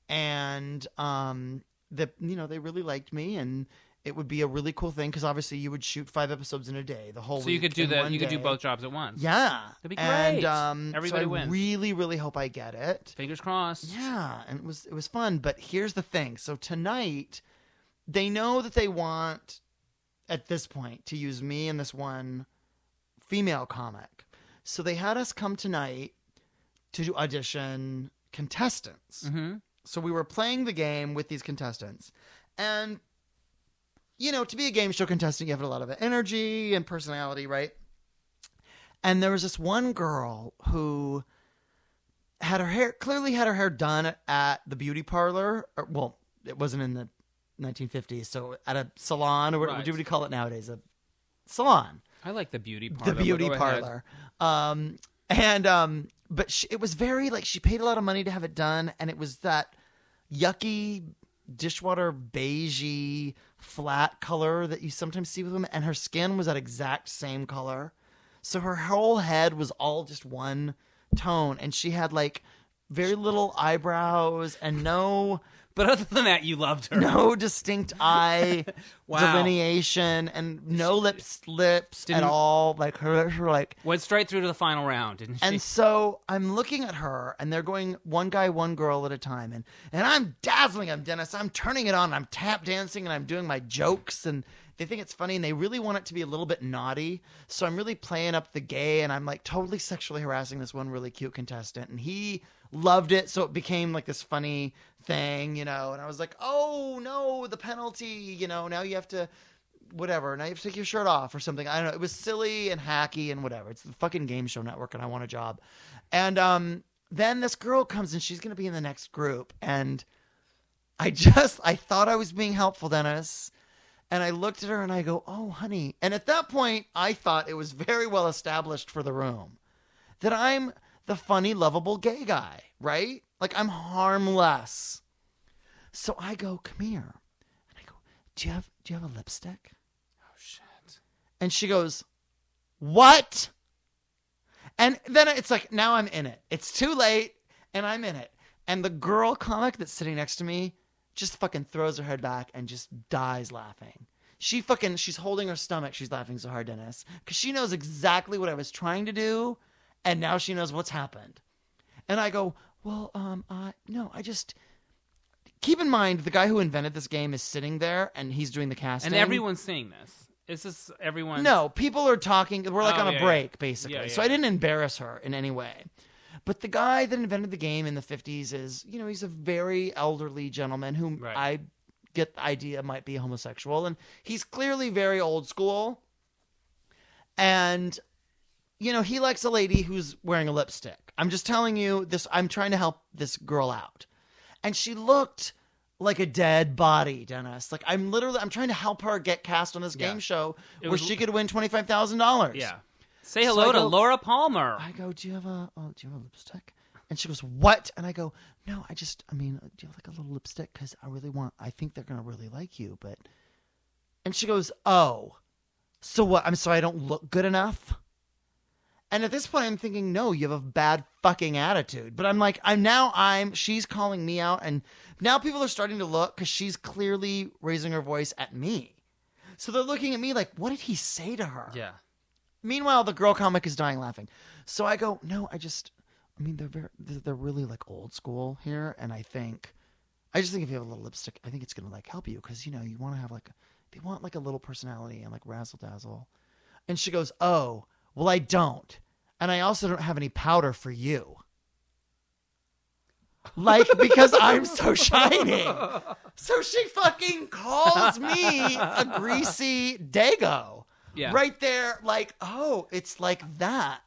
S2: and um the you know they really liked me and it would be a really cool thing because obviously you would shoot five episodes in a day the whole
S1: So you
S2: week
S1: could do
S2: in
S1: that.
S2: one
S1: You could do
S2: day.
S1: both jobs at once.
S2: yeah
S1: That'd be
S2: and
S1: great.
S2: um so
S1: Everybody
S2: I
S1: wins.
S2: really really hope i get it
S1: Fingers crossed.
S2: yeah, and it was it was fun. But here's the thing: so tonight, they know that they want, at this point, to use me and this one female comic. So they had us come tonight to audition contestants.
S1: hmm
S2: So we were playing the game with these contestants, and you know, to be a game show contestant, you have a lot of energy and personality, right? And there was this one girl who had her hair clearly had her hair done at the beauty parlor. Or, well, it wasn't in the 1950s, so at a salon or what, what
S1: Right.
S2: do we call it nowadays? A salon
S1: I like the beauty parlor. but
S2: the beauty
S1: go ahead.
S2: parlor. Um, and um, but she, it was very like she paid a lot of money to have it done, and it was that yucky dishwater beigey flat color that you sometimes see with women, and her skin was that exact same color, so her whole head was all just one tone, and she had like very little eyebrows and no
S1: But other than that, you loved her.
S2: no distinct eye
S1: Wow.
S2: delineation and no lips lips
S1: Didn't-
S2: at all like her lips were like
S1: Went straight through to the final round, didn't she?
S2: and so I'm looking at her, and they're going one guy, one girl at a time, and and I'm dazzling. I'm Dennis. I'm turning it on. I'm tap dancing, and I'm doing my jokes, and They think it's funny and they really want it to be a little bit naughty. So I'm really playing up the gay and I'm like totally sexually harassing this one really cute contestant. And he loved it. So it became like this funny thing, you know. And I was like, oh no, the penalty, you know, now you have to whatever. Now you have to take your shirt off or something. I don't know. It was silly and hacky and whatever. It's the fucking game show network, and I want a job. And um, then this girl comes and she's gonna be in the next group, and I just I thought I was being helpful, Dennis. And I looked at her and I go, "Oh, honey." And at that point, I thought it was very well established for the room that I'm the funny, lovable gay guy, right? Like I'm harmless. So I go, "Come here." And I go, "Do you have do you have a lipstick?"
S1: Oh shit.
S2: And she goes, What? And then it's like, now I'm in it. It's too late, and I'm in it. And the girl comic that's sitting next to me just fucking throws her head back and just dies laughing. She fucking, she's holding her stomach. She's laughing so hard, Dennis, because she knows exactly what I was trying to do, and now she knows what's happened. And I go, Well, um, uh, no, I just. Keep in mind, the guy who invented this game is sitting there and he's doing the casting.
S1: And everyone's seeing this. It's just everyone.
S2: No, people are talking. We're like
S1: Oh,
S2: on a
S1: yeah,
S2: break,
S1: yeah.
S2: basically.
S1: Yeah,
S2: So
S1: yeah.
S2: I didn't embarrass her in any way. But the guy that invented the game in the 50s is, you know, he's a very elderly gentleman whom
S1: Right.
S2: I get the idea might be homosexual. And he's clearly very old school. And, you know, he likes a lady who's wearing a lipstick. I'm just telling you this, I'm trying to help this girl out. And she looked like a dead body, Dennis. Like I'm literally, I'm trying to help her get cast on this
S1: Yeah.
S2: game show
S1: It
S2: where
S1: was-
S2: she could win twenty five thousand dollars.
S1: Yeah. Say
S2: So
S1: hello
S2: I
S1: to
S2: go-
S1: Laura Palmer.
S2: I go, do you have a, oh, do you have a lipstick? And she goes, what? And I go, no, I just, I mean, do you have like a little lipstick? Because I really want, I think they're gonna really like you, but. And she goes, oh, so what? I'm sorry, I don't look good enough. And at this point, I'm thinking, no, you have a bad fucking attitude. But I'm like, I'm now, I'm, she's calling me out. And now people are starting to look because she's clearly raising her voice at me. So they're looking at me like, what did he say to her?
S1: yeah.
S2: Meanwhile, the girl comic is dying laughing. So I go, no, I just, I mean, they're very, they're they're really like old school here, and I think, I just think if you have a little lipstick, I think it's gonna like help you because you know you want to have like, they want like a little personality and like razzle dazzle. And she goes, oh, well, I don't, and I also don't have any powder for you. Like because I'm so shining. So she fucking calls me a greasy dago
S1: Yeah.
S2: right there like oh it's like that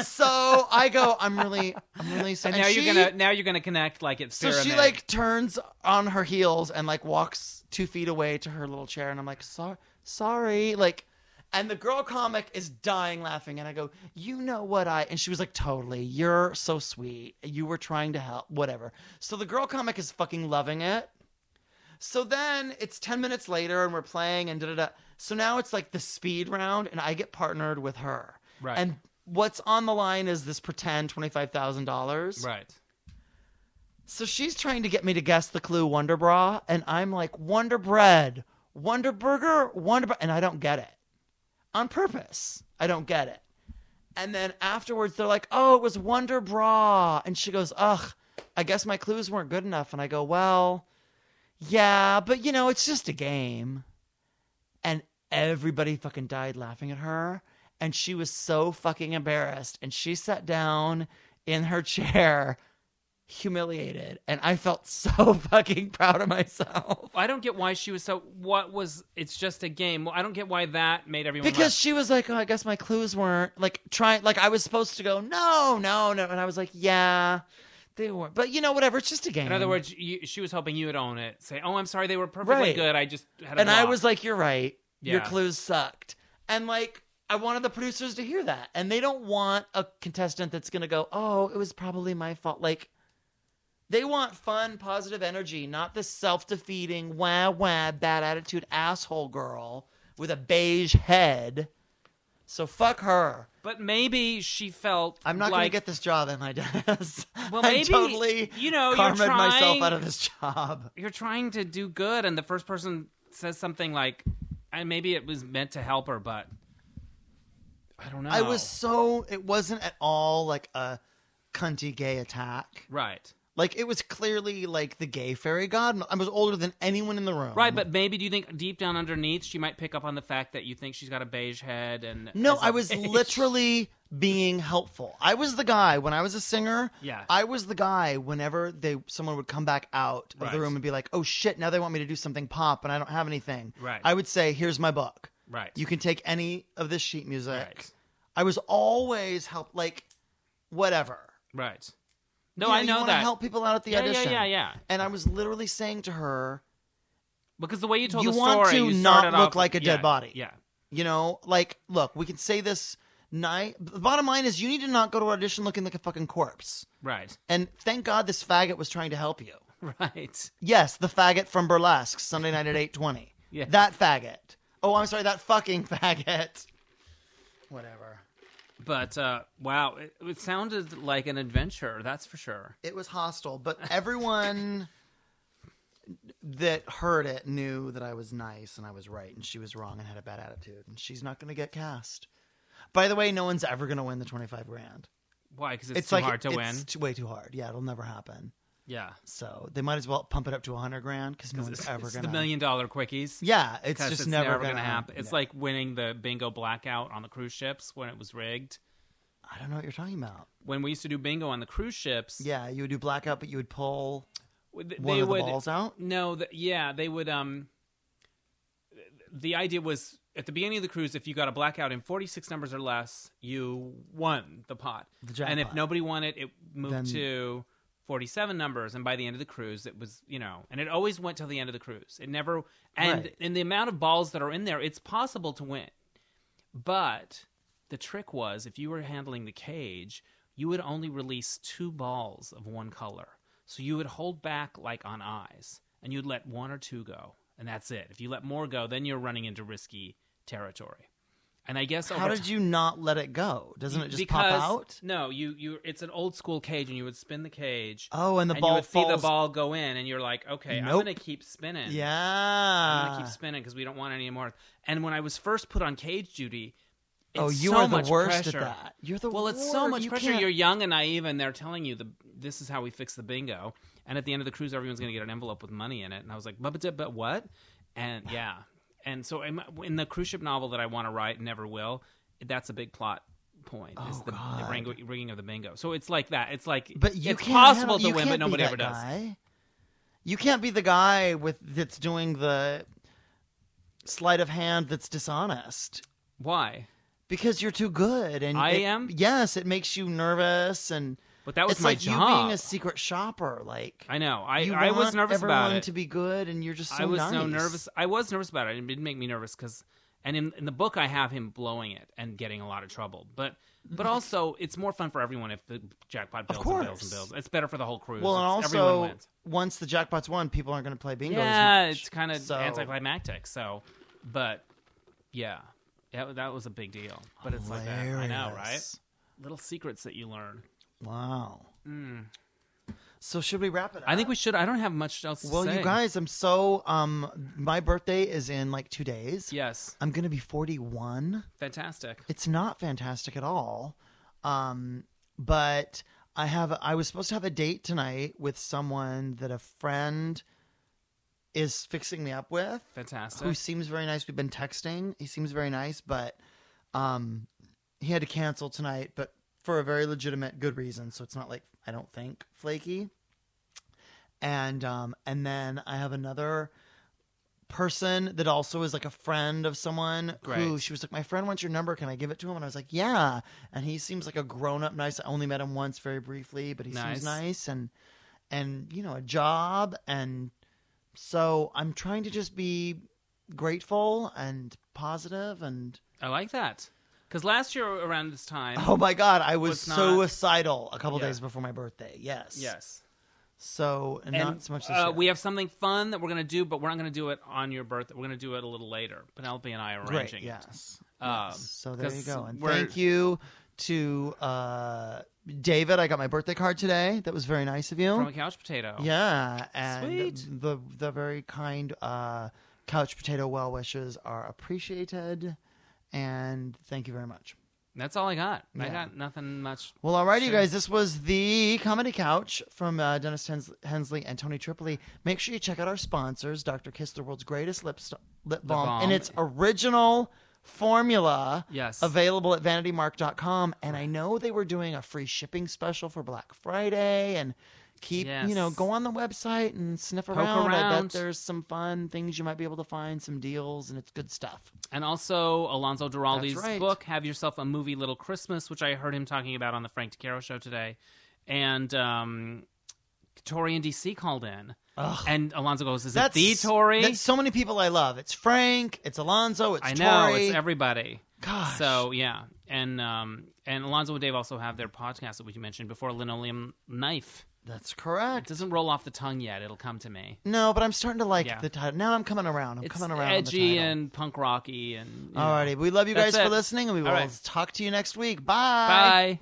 S2: so i go i'm really i'm really sorry
S1: And now
S2: she,
S1: you're gonna now you're gonna connect like it's
S2: so she
S1: Sarah
S2: like turns on her heels and like walks two feet away to her little chair and i'm like sorry sorry like and the girl comic is dying laughing and i go you know what i and she was like totally you're so sweet you were trying to help whatever so the girl comic is fucking loving it so then it's 10 minutes later and we're playing and da da da. So now it's like the speed round and I get partnered with her.
S1: Right.
S2: And what's on the line is this pretend $25,000.
S1: Right.
S2: So she's trying to get me to guess the clue Wonder Bra, and I'm like, Wonder Bread, Wonder Burger, Wonder Bra, and I don't get it. On purpose. I don't get it. And then afterwards, they're like, oh, it was Wonder Bra. And she goes, ugh, I guess my clues weren't good enough. And I go, well, yeah, but you know, it's just a game. And everybody fucking died laughing at her. And she was so fucking embarrassed. And she sat down in her chair humiliated and i felt so fucking proud of myself
S1: I don't get why she was so. What was? It's just a game. Well, I don't get why that made everyone.
S2: because she was like oh i guess my clues weren't like trying like i was supposed to go no no no and i was like yeah they weren't but you know whatever it's just a game
S1: laugh. in other words, you, she was hoping you would own it. Say, "Oh, I'm sorry, they were perfectly
S2: Right.
S1: good. I just had." A
S2: and i
S1: block."
S2: was like you're right your
S1: Yeah.
S2: clues sucked and like i wanted the producers to hear that and they don't want a contestant that's gonna go oh it was probably my fault like they want fun positive energy not this self-defeating wah wah bad attitude asshole girl with a beige head so fuck her
S1: but maybe she felt.
S2: I'm not
S1: like,
S2: gonna get this job, am I, Dennis?
S1: Well,
S2: I
S1: maybe,
S2: totally
S1: you know, you're
S2: karma'd myself
S1: trying-
S2: out of this job.
S1: You're trying to do good, and the first person says something like, "And maybe it was meant to help her, but I don't know." Oh.
S2: I was so it wasn't at all like a cunty gay attack.
S1: right.
S2: Like it was clearly like the gay fairy godmother. I was older than anyone in the room.
S1: Right, but maybe do you think deep down underneath she might pick up on the fact that you think she's got a beige head and
S2: No,
S1: is a
S2: I was
S1: beige-
S2: literally being helpful. I was the guy when I was a singer.
S1: Yeah.
S2: I was the guy whenever they someone would come back out of
S1: Right.
S2: the room and be like, "Oh shit, now they want me to do something pop and I don't have anything."
S1: Right.
S2: I would say, "Here's my book.
S1: Right.
S2: You can take any of this sheet music."
S1: Right.
S2: I was always help like whatever.
S1: Right. No,
S2: You
S1: I
S2: you
S1: know
S2: wanna
S1: that.
S2: help people out at the
S1: yeah, yeah,
S2: audition.
S1: yeah, yeah.
S2: And I was literally saying to her,
S1: Because the way you told
S2: You
S1: the story,
S2: want to
S1: you
S2: not
S1: started
S2: look
S1: off-
S2: like a dead
S1: yeah,
S2: body.
S1: Yeah.
S2: You know, like, look, we can say this night. The bottom line is, you need to not go to audition looking like a fucking corpse.
S1: Right.
S2: And thank God this faggot was trying to help you.
S1: Right.
S2: Yes, the faggot from Burlesque, Sunday night at eight twenty.
S1: Yeah.
S2: That faggot. Oh, I'm sorry, that fucking faggot. Whatever.
S1: But uh, wow, it, it sounded like an adventure. That's for sure.
S2: It was hostile, but everyone that heard it knew that I was nice and I was right and she was wrong and had a bad attitude and she's not going to get cast. By the way, no one's ever going to win the 25 grand.
S1: Why? Because it's, too hard to
S2: it's
S1: win.
S2: too- way too hard. Yeah, it'll never happen.
S1: Yeah.
S2: So they might as well pump it up to 100 grand because no one's
S1: It's,
S2: ever
S1: it's
S2: gonna.
S1: the million dollar quickies.
S2: Yeah, it's
S1: 'Cause
S2: just
S1: it's
S2: never,
S1: gonna happen. It's
S2: Yeah.
S1: like winning the bingo blackout on the cruise ships when it was rigged.
S2: I don't know what you're talking about.
S1: When we used to do bingo on the cruise ships,
S2: Yeah, you would do blackout, but you would pull
S1: w- th-
S2: one
S1: they
S2: of the
S1: would
S2: balls out.
S1: No, the, yeah, they would. Um, th- the idea was at the beginning of the cruise, if you got a blackout in 46 numbers or less, you won the pot.
S2: The
S1: and if
S2: jackpot.
S1: nobody won it, it moved
S2: Then-
S1: to 47 numbers. And by the end of the cruise, it was you know, and it always went till the end of the cruise. It never and
S2: Right.
S1: and the amount of balls that are in there, it's possible to win, but the trick was if you were handling the cage, you would only release two balls of one color. So you would hold back like on eyes and you'd let one or two go. And that's it. If you let more go, then you're running into risky territory. And I guess
S2: How
S1: over
S2: did you not let it go? Doesn't it just
S1: because,
S2: pop out?
S1: No, you you it's an old school cage and you would spin the cage
S2: Oh, and the
S1: and you
S2: ball
S1: would
S2: falls.
S1: see the ball go in and you're like, "Okay, I'm
S2: Nope.
S1: going to keep spinning." I'm gonna
S2: Yeah.
S1: keep spinning because we don't want any more. And when I was first put on cage duty, it's
S2: Oh, you
S1: so
S2: are the
S1: much
S2: worst at
S1: pressure.
S2: that. You're the
S1: well, it's so
S2: worst.
S1: much
S2: You
S1: pressure.
S2: can't-
S1: You're young and naive, and they're telling you the this is how we fix the bingo. And at the end of the cruise, everyone's gonna get an envelope with money in it. And I was like, but but, but what? And yeah, and so in, my- in the cruise ship novel that I want to write and never will, that's a big plot point. is
S2: Oh,
S1: the, the
S2: God.
S1: ring- ringing of the bingo. So it's like that. It's like
S2: but you
S1: it's
S2: can't
S1: possible
S2: have-
S1: to
S2: you
S1: win,
S2: can't
S1: but
S2: be
S1: nobody
S2: that
S1: ever does.
S2: guy. You can't be the guy with that's doing the sleight of hand that's dishonest.
S1: Why?
S2: Because you're too good, and
S1: I
S2: it-
S1: am?
S2: Yes, it makes you nervous, and
S1: But that was
S2: it's
S1: my
S2: like
S1: job.
S2: you being a secret shopper. Like
S1: I know. I,
S2: you
S1: I was
S2: want
S1: nervous
S2: everyone
S1: about it.
S2: to be good, and you're just so
S1: I was
S2: nice.
S1: so nervous. I was nervous about it. It did make me nervous because, and in, in the book, I have him blowing it and getting a lot of trouble. But but also, it's more fun for everyone if the jackpot builds and builds and
S2: Mm-hmm. course.
S1: builds. It's better for the whole cruise.
S2: Well, and
S1: It's- everyone
S2: also
S1: wins.
S2: once the jackpot's won, people aren't going to play bingo. as
S1: yeah,
S2: much.
S1: it's kind of
S2: So-
S1: anticlimactic. So, but yeah, that, that was a big deal. But it's like that. I know, right?
S2: Hilarious.
S1: Little secrets that you learn.
S2: Wow. So should we wrap it? up?
S1: Mm. I think we should. I don't have much else. to
S2: Well,
S1: say.
S2: you guys, I'm so um. My birthday is in like two days.
S1: Yes,
S2: I'm gonna be 41.
S1: fantastic.
S2: It's not fantastic at all. Um, but I have I was supposed to have a date tonight with someone that a friend is fixing me up with
S1: Fantastic.
S2: who seems very nice. We've been texting. He seems very nice, but um, he had to cancel tonight, but for a very legitimate good reason. So it's not like I don't think flaky. And um, and then I have another person that also is like a friend of someone who
S1: Great.
S2: she was like, my friend wants your number. Can I give it to him? And I was like, yeah. And he seems like a grown up, nice. I only met him once, very briefly, but he
S1: Nice.
S2: seems nice and and you know a job and so I'm trying to just be grateful and positive and
S1: I like that. Because last year around this time,
S2: oh my god, I was
S1: Was not-
S2: suicidal a couple
S1: Yeah.
S2: days before my birthday. Yes.
S1: yes,
S2: So and, not so much this
S1: uh,
S2: year.
S1: We have something fun that we're going to do, but we're not going to do it on your birthday. We're going to do it a little later. Penelope and I are
S2: Great.
S1: arranging it.
S2: Yes.
S1: Um,
S2: So there you
S1: 'cause
S2: go. And
S1: we're-
S2: thank you to uh, David. I got my birthday card today. That was very nice of you.
S1: From a couch potato.
S2: Yeah, and
S1: Sweet.
S2: the the very kind uh, couch potato well wishes are appreciated, and thank you very much.
S1: That's all I got. I
S2: Yeah.
S1: got nothing much.
S2: Well, all right, you
S1: Sure.
S2: guys. This was the Comedy Couch from uh, Dennis Hens- Hensley and Tony Tripoli. Make sure you check out our sponsors, Dr. Kiss, the world's greatest lip, st- lip balm,
S1: balm.
S2: in its original formula.
S1: Yes.
S2: Available at vanitymark.com. And I know they were doing a free shipping special for Black Friday. And keep, you know,
S1: Yes.
S2: go on the website and sniff around. I
S1: around.
S2: bet there's some fun things you might be able to find, some deals, and it's good stuff.
S1: And also Alonzo Duraldi's
S2: That's right.
S1: book, Have Yourself a Movie Little Christmas, which I heard him talking about on the Frank DiCaro show today. And um, Tori and DC called in.
S2: Ugh.
S1: And Alonzo goes, Is
S2: That's
S1: it the Tori?
S2: That's so many people I love. It's Frank. It's Alonzo. It's
S1: I know,
S2: Tori.
S1: it's everybody.
S2: Gosh.
S1: So yeah. And um, and Alonzo and Dave also have their podcast that we mentioned before, Linoleum Knife.
S2: That's
S1: It
S2: correct.
S1: doesn't roll off the tongue yet. It'll come to me.
S2: No, but I'm starting to like
S1: Yeah.
S2: the title. Now I'm coming around. I'm
S1: It's
S2: coming around. on the
S1: edgy
S2: title.
S1: and punk rocky and you know.
S2: Alrighty. We love you
S1: That's
S2: guys for
S1: it.
S2: listening, and we will
S1: All right.
S2: talk to you next week.
S1: Bye.